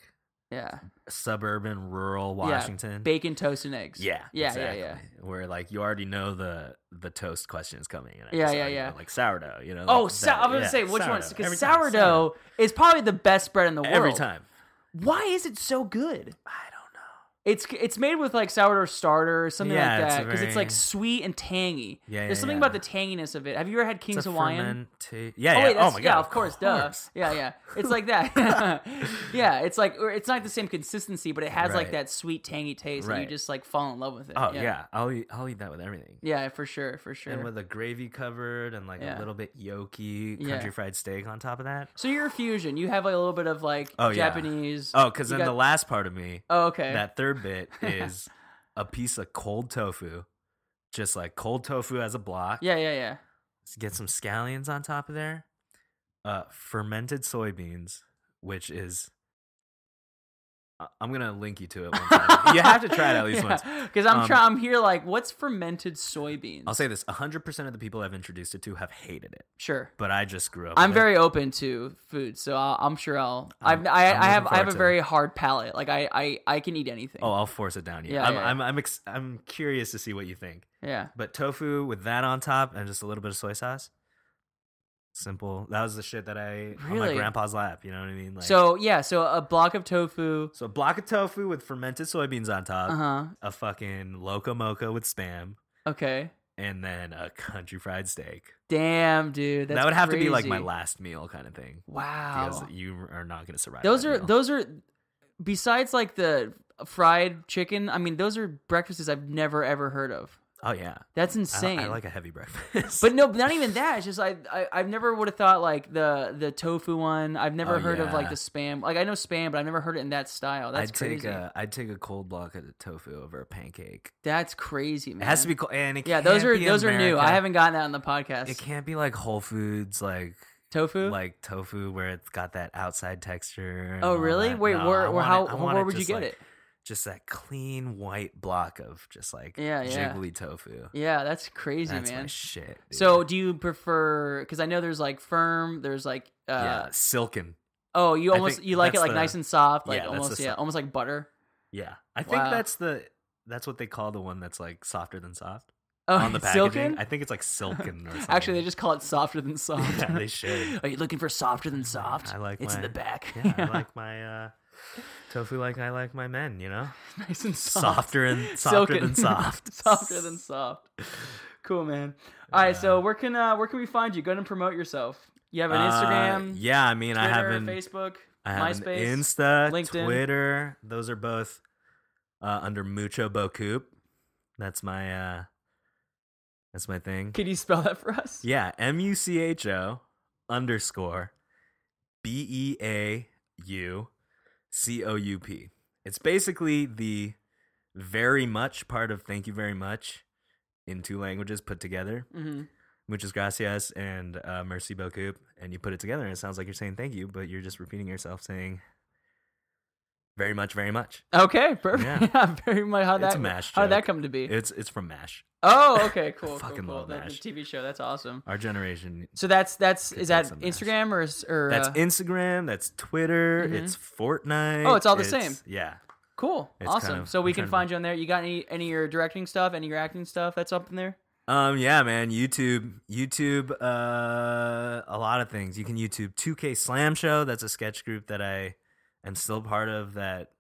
A: yeah,
C: Mm-hmm. suburban rural Washington.
A: bacon, toast, and eggs.
C: yeah,
A: yeah,
C: exactly.
A: yeah, yeah.
C: Where like you already know the the toast question is coming. And I
A: Yeah,
C: just
A: yeah,
C: already
A: yeah.
C: know, like sourdough, you know.
A: Oh,
C: like
A: so,
C: that-
A: I was gonna
C: yeah,
A: say which
C: sourdough.
A: one? Because
C: Every time,
A: sourdough, is probably the best bread in the world.
C: every time.
A: Why is it so good?
C: I don't know.
A: It's it's made with like sourdough starter or something
C: Yeah,
A: like
C: it's a
A: that because it's,
C: very-
A: like sweet and tangy.
C: Yeah, yeah,
A: There's something
C: yeah.
A: about the tanginess of it. Have you ever had King's
C: It's a
A: Hawaiian?
C: fermenta- Yeah,
A: Oh,
C: yeah.
A: wait,
C: oh
A: that's,
C: my god.
A: yeah, of course, duh.
C: course.
A: Yeah, yeah. It's like that. yeah, it's like or it's not the same consistency, but it has like
C: Right.
A: that sweet tangy taste, and
C: Right.
A: you just like fall in love with it.
C: Oh yeah.
A: yeah,
C: I'll eat, I'll eat that with everything.
A: Yeah, for sure, for sure.
C: And with a gravy covered and like
A: Yeah.
C: a little bit yolky
A: Yeah.
C: country fried steak on top of that.
A: so you're a fusion. You have like a little bit of like
C: Oh, yeah.
A: Japanese.
C: Oh, because
A: you
C: then
A: got-
C: the last part of me,
A: Oh, okay.
C: that third bit, is a piece of cold tofu, just like cold tofu as a block.
A: yeah, yeah, yeah.
C: Get some scallions on top of there, uh, fermented soybeans, which is. I- I'm gonna link you to it. One time. you have to try it at least once.
A: Because I'm
C: Um,
A: trying. I'm here. Like, what's fermented soybeans?
C: I'll say this: 100% of the people I've introduced it to have hated it,
A: sure.
C: but I just grew up.
A: I'm
C: with it.
A: very open to food, so I'll, I'm sure I'll.
C: I'm-
A: I've, I,
C: I'm
A: I
C: looking
A: have. I have
C: forward
A: a
C: to it.
A: very hard palate. Like I, I, I can eat anything.
C: Oh, I'll force it down you.
A: Yeah,
C: I'm,
A: yeah, yeah.
C: I'm, I'm, ex- I'm curious to see what you think.
A: yeah.
C: But tofu with that on top and just a little bit of soy sauce. Simple. That was the shit that I ate on my
A: Really?
C: grandpa's lap. You know what I mean? Like,
A: so yeah. So a block of tofu.
C: so a block of tofu with fermented soybeans on top,
A: Uh huh.
C: a fucking loco moco with spam,
A: Okay.
C: and then a country fried steak.
A: Damn, dude. That's
C: that would have to be like my
A: crazy.
C: last meal kind of thing. Because
A: Wow.
C: you are not gonna survive.
A: Those
C: that
A: are
C: meal.
A: those are. Besides, like the fried chicken. I mean, those are breakfasts I've never ever heard of.
C: Oh yeah.
A: That's
C: I li-
A: insane.
C: I, like a heavy breakfast.
A: But no, not even that. It's just I, I I've never would have thought like the the tofu one. I've never
C: Oh,
A: heard of like
C: yeah.
A: the spam. Like I know spam, but I've never heard it in that style. That's
C: I'd
A: crazy.
C: take a I'd take a cold block of tofu over a pancake.
A: That's crazy, man.
C: It has to be cold, and it
A: Yeah, those
C: can't
A: are
C: be
A: those are new. I
C: America.
A: haven't gotten that on the podcast.
C: It can't be like Whole Foods, like
A: tofu.
C: like tofu, where it's got that outside texture. and
A: oh
C: all
A: really?
C: that.
A: Wait,
C: No, I
A: where, where
C: want
A: how
C: it- I want
A: where
C: it
A: would you
C: just,
A: get
C: like-
A: it?
C: Just that clean white block of just like
A: Yeah, yeah.
C: jiggly tofu.
A: Yeah, that's crazy,
C: That's
A: man.
C: my shit. dude.
A: so do you prefer? Because I know there's like firm. There's like uh
C: yeah, silken.
A: oh you
C: I
A: almost
C: think
A: you like it
C: that's
A: like
C: the-
A: nice and soft like
C: yeah, that's
A: almost
C: the
A: yeah
C: soft-
A: almost like butter.
C: Yeah, I think
A: Wow.
C: that's the that's what they call the one that's like softer than soft
A: Oh,
C: on the packaging.
A: silken.
C: I think it's like silken or something.
A: Actually, they just call it softer than soft.
C: Yeah, they should.
A: Are you looking for softer than soft?
C: I like
A: it's in
C: my-
A: the back.
C: yeah, I like my uh, tofu like I like my men. You know.
A: nice and soft.
C: softer and softer
A: Silken.
C: than soft.
A: softer than soft. Cool, man. All right, so where can uh, where can we find you? Go ahead and promote yourself. You have an
C: Uh,
A: Instagram,
C: yeah, I mean,
A: Twitter,
C: I have an
A: Facebook,
C: I have an
A: MySpace.
C: Insta,
A: LinkedIn.
C: Twitter. Those are both uh, under Mucho Bocoup. That's my uh, that's my thing.
A: can you spell that for us?
C: Yeah, M U C H O underscore B E A U C O U P. It's basically the very much part of thank you very much in two languages put together.
A: hmm
C: muchas gracias and uh, merci beaucoup and you put it together and it sounds like you're saying thank you but you're just repeating yourself saying very much very much
A: Okay, perfect.
C: Yeah.
A: Yeah, very much. How
C: It's
A: that
C: a mash
A: how did that
C: joke.
A: come to be?
C: it's it's from mash
A: oh, okay, cool. cool,
C: fucking
A: cool.
C: love
A: That-
C: MASH.
A: The TV show. That's awesome.
C: our generation
A: So that's that's
C: Could
A: is
C: take
A: that
C: some MASH.
A: Instagram or is- or
C: that's
A: uh,
C: instagram that's twitter
A: Mhm.
C: it's fortnite
A: Oh, it's all the same.
C: yeah
A: cool,
C: it's
A: awesome.
C: kind of-
A: so we
C: I'm
A: can
C: trying to-
A: find you on there. You got any any of your directing stuff, any of your acting stuff? That's up in there.
C: um yeah man youtube youtube uh a lot of things you can youtube 2k slam show that's a sketch group that i am still part of that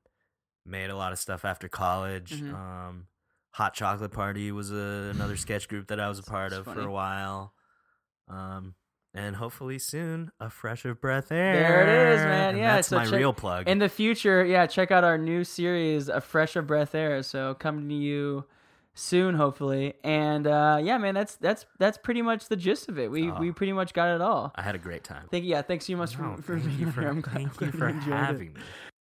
C: made a lot of stuff after college.
A: Mhm.
C: Um, Hot Chocolate Party was a, another sketch group that I was a part
A: That's
C: of for
A: funny.
C: a while. Um, and hopefully soon, a fresh of breath air.
A: There it is, man.
C: And
A: Yeah,
C: that's
A: so
C: my
A: check-
C: real plug.
A: In the future, yeah, check out our new series, A Fresh of Breath Air. So coming to you soon, hopefully. And uh, yeah, man, that's that's that's pretty much the gist of it. We
C: Oh.
A: we pretty much got it all.
C: I had a great time.
A: Thank yeah, thanks so much
C: No,
A: for, for
C: thank you
A: being
C: for,
A: here. I'm glad,
C: thank
A: I'm glad
C: you for
A: enjoyed it.
C: having me.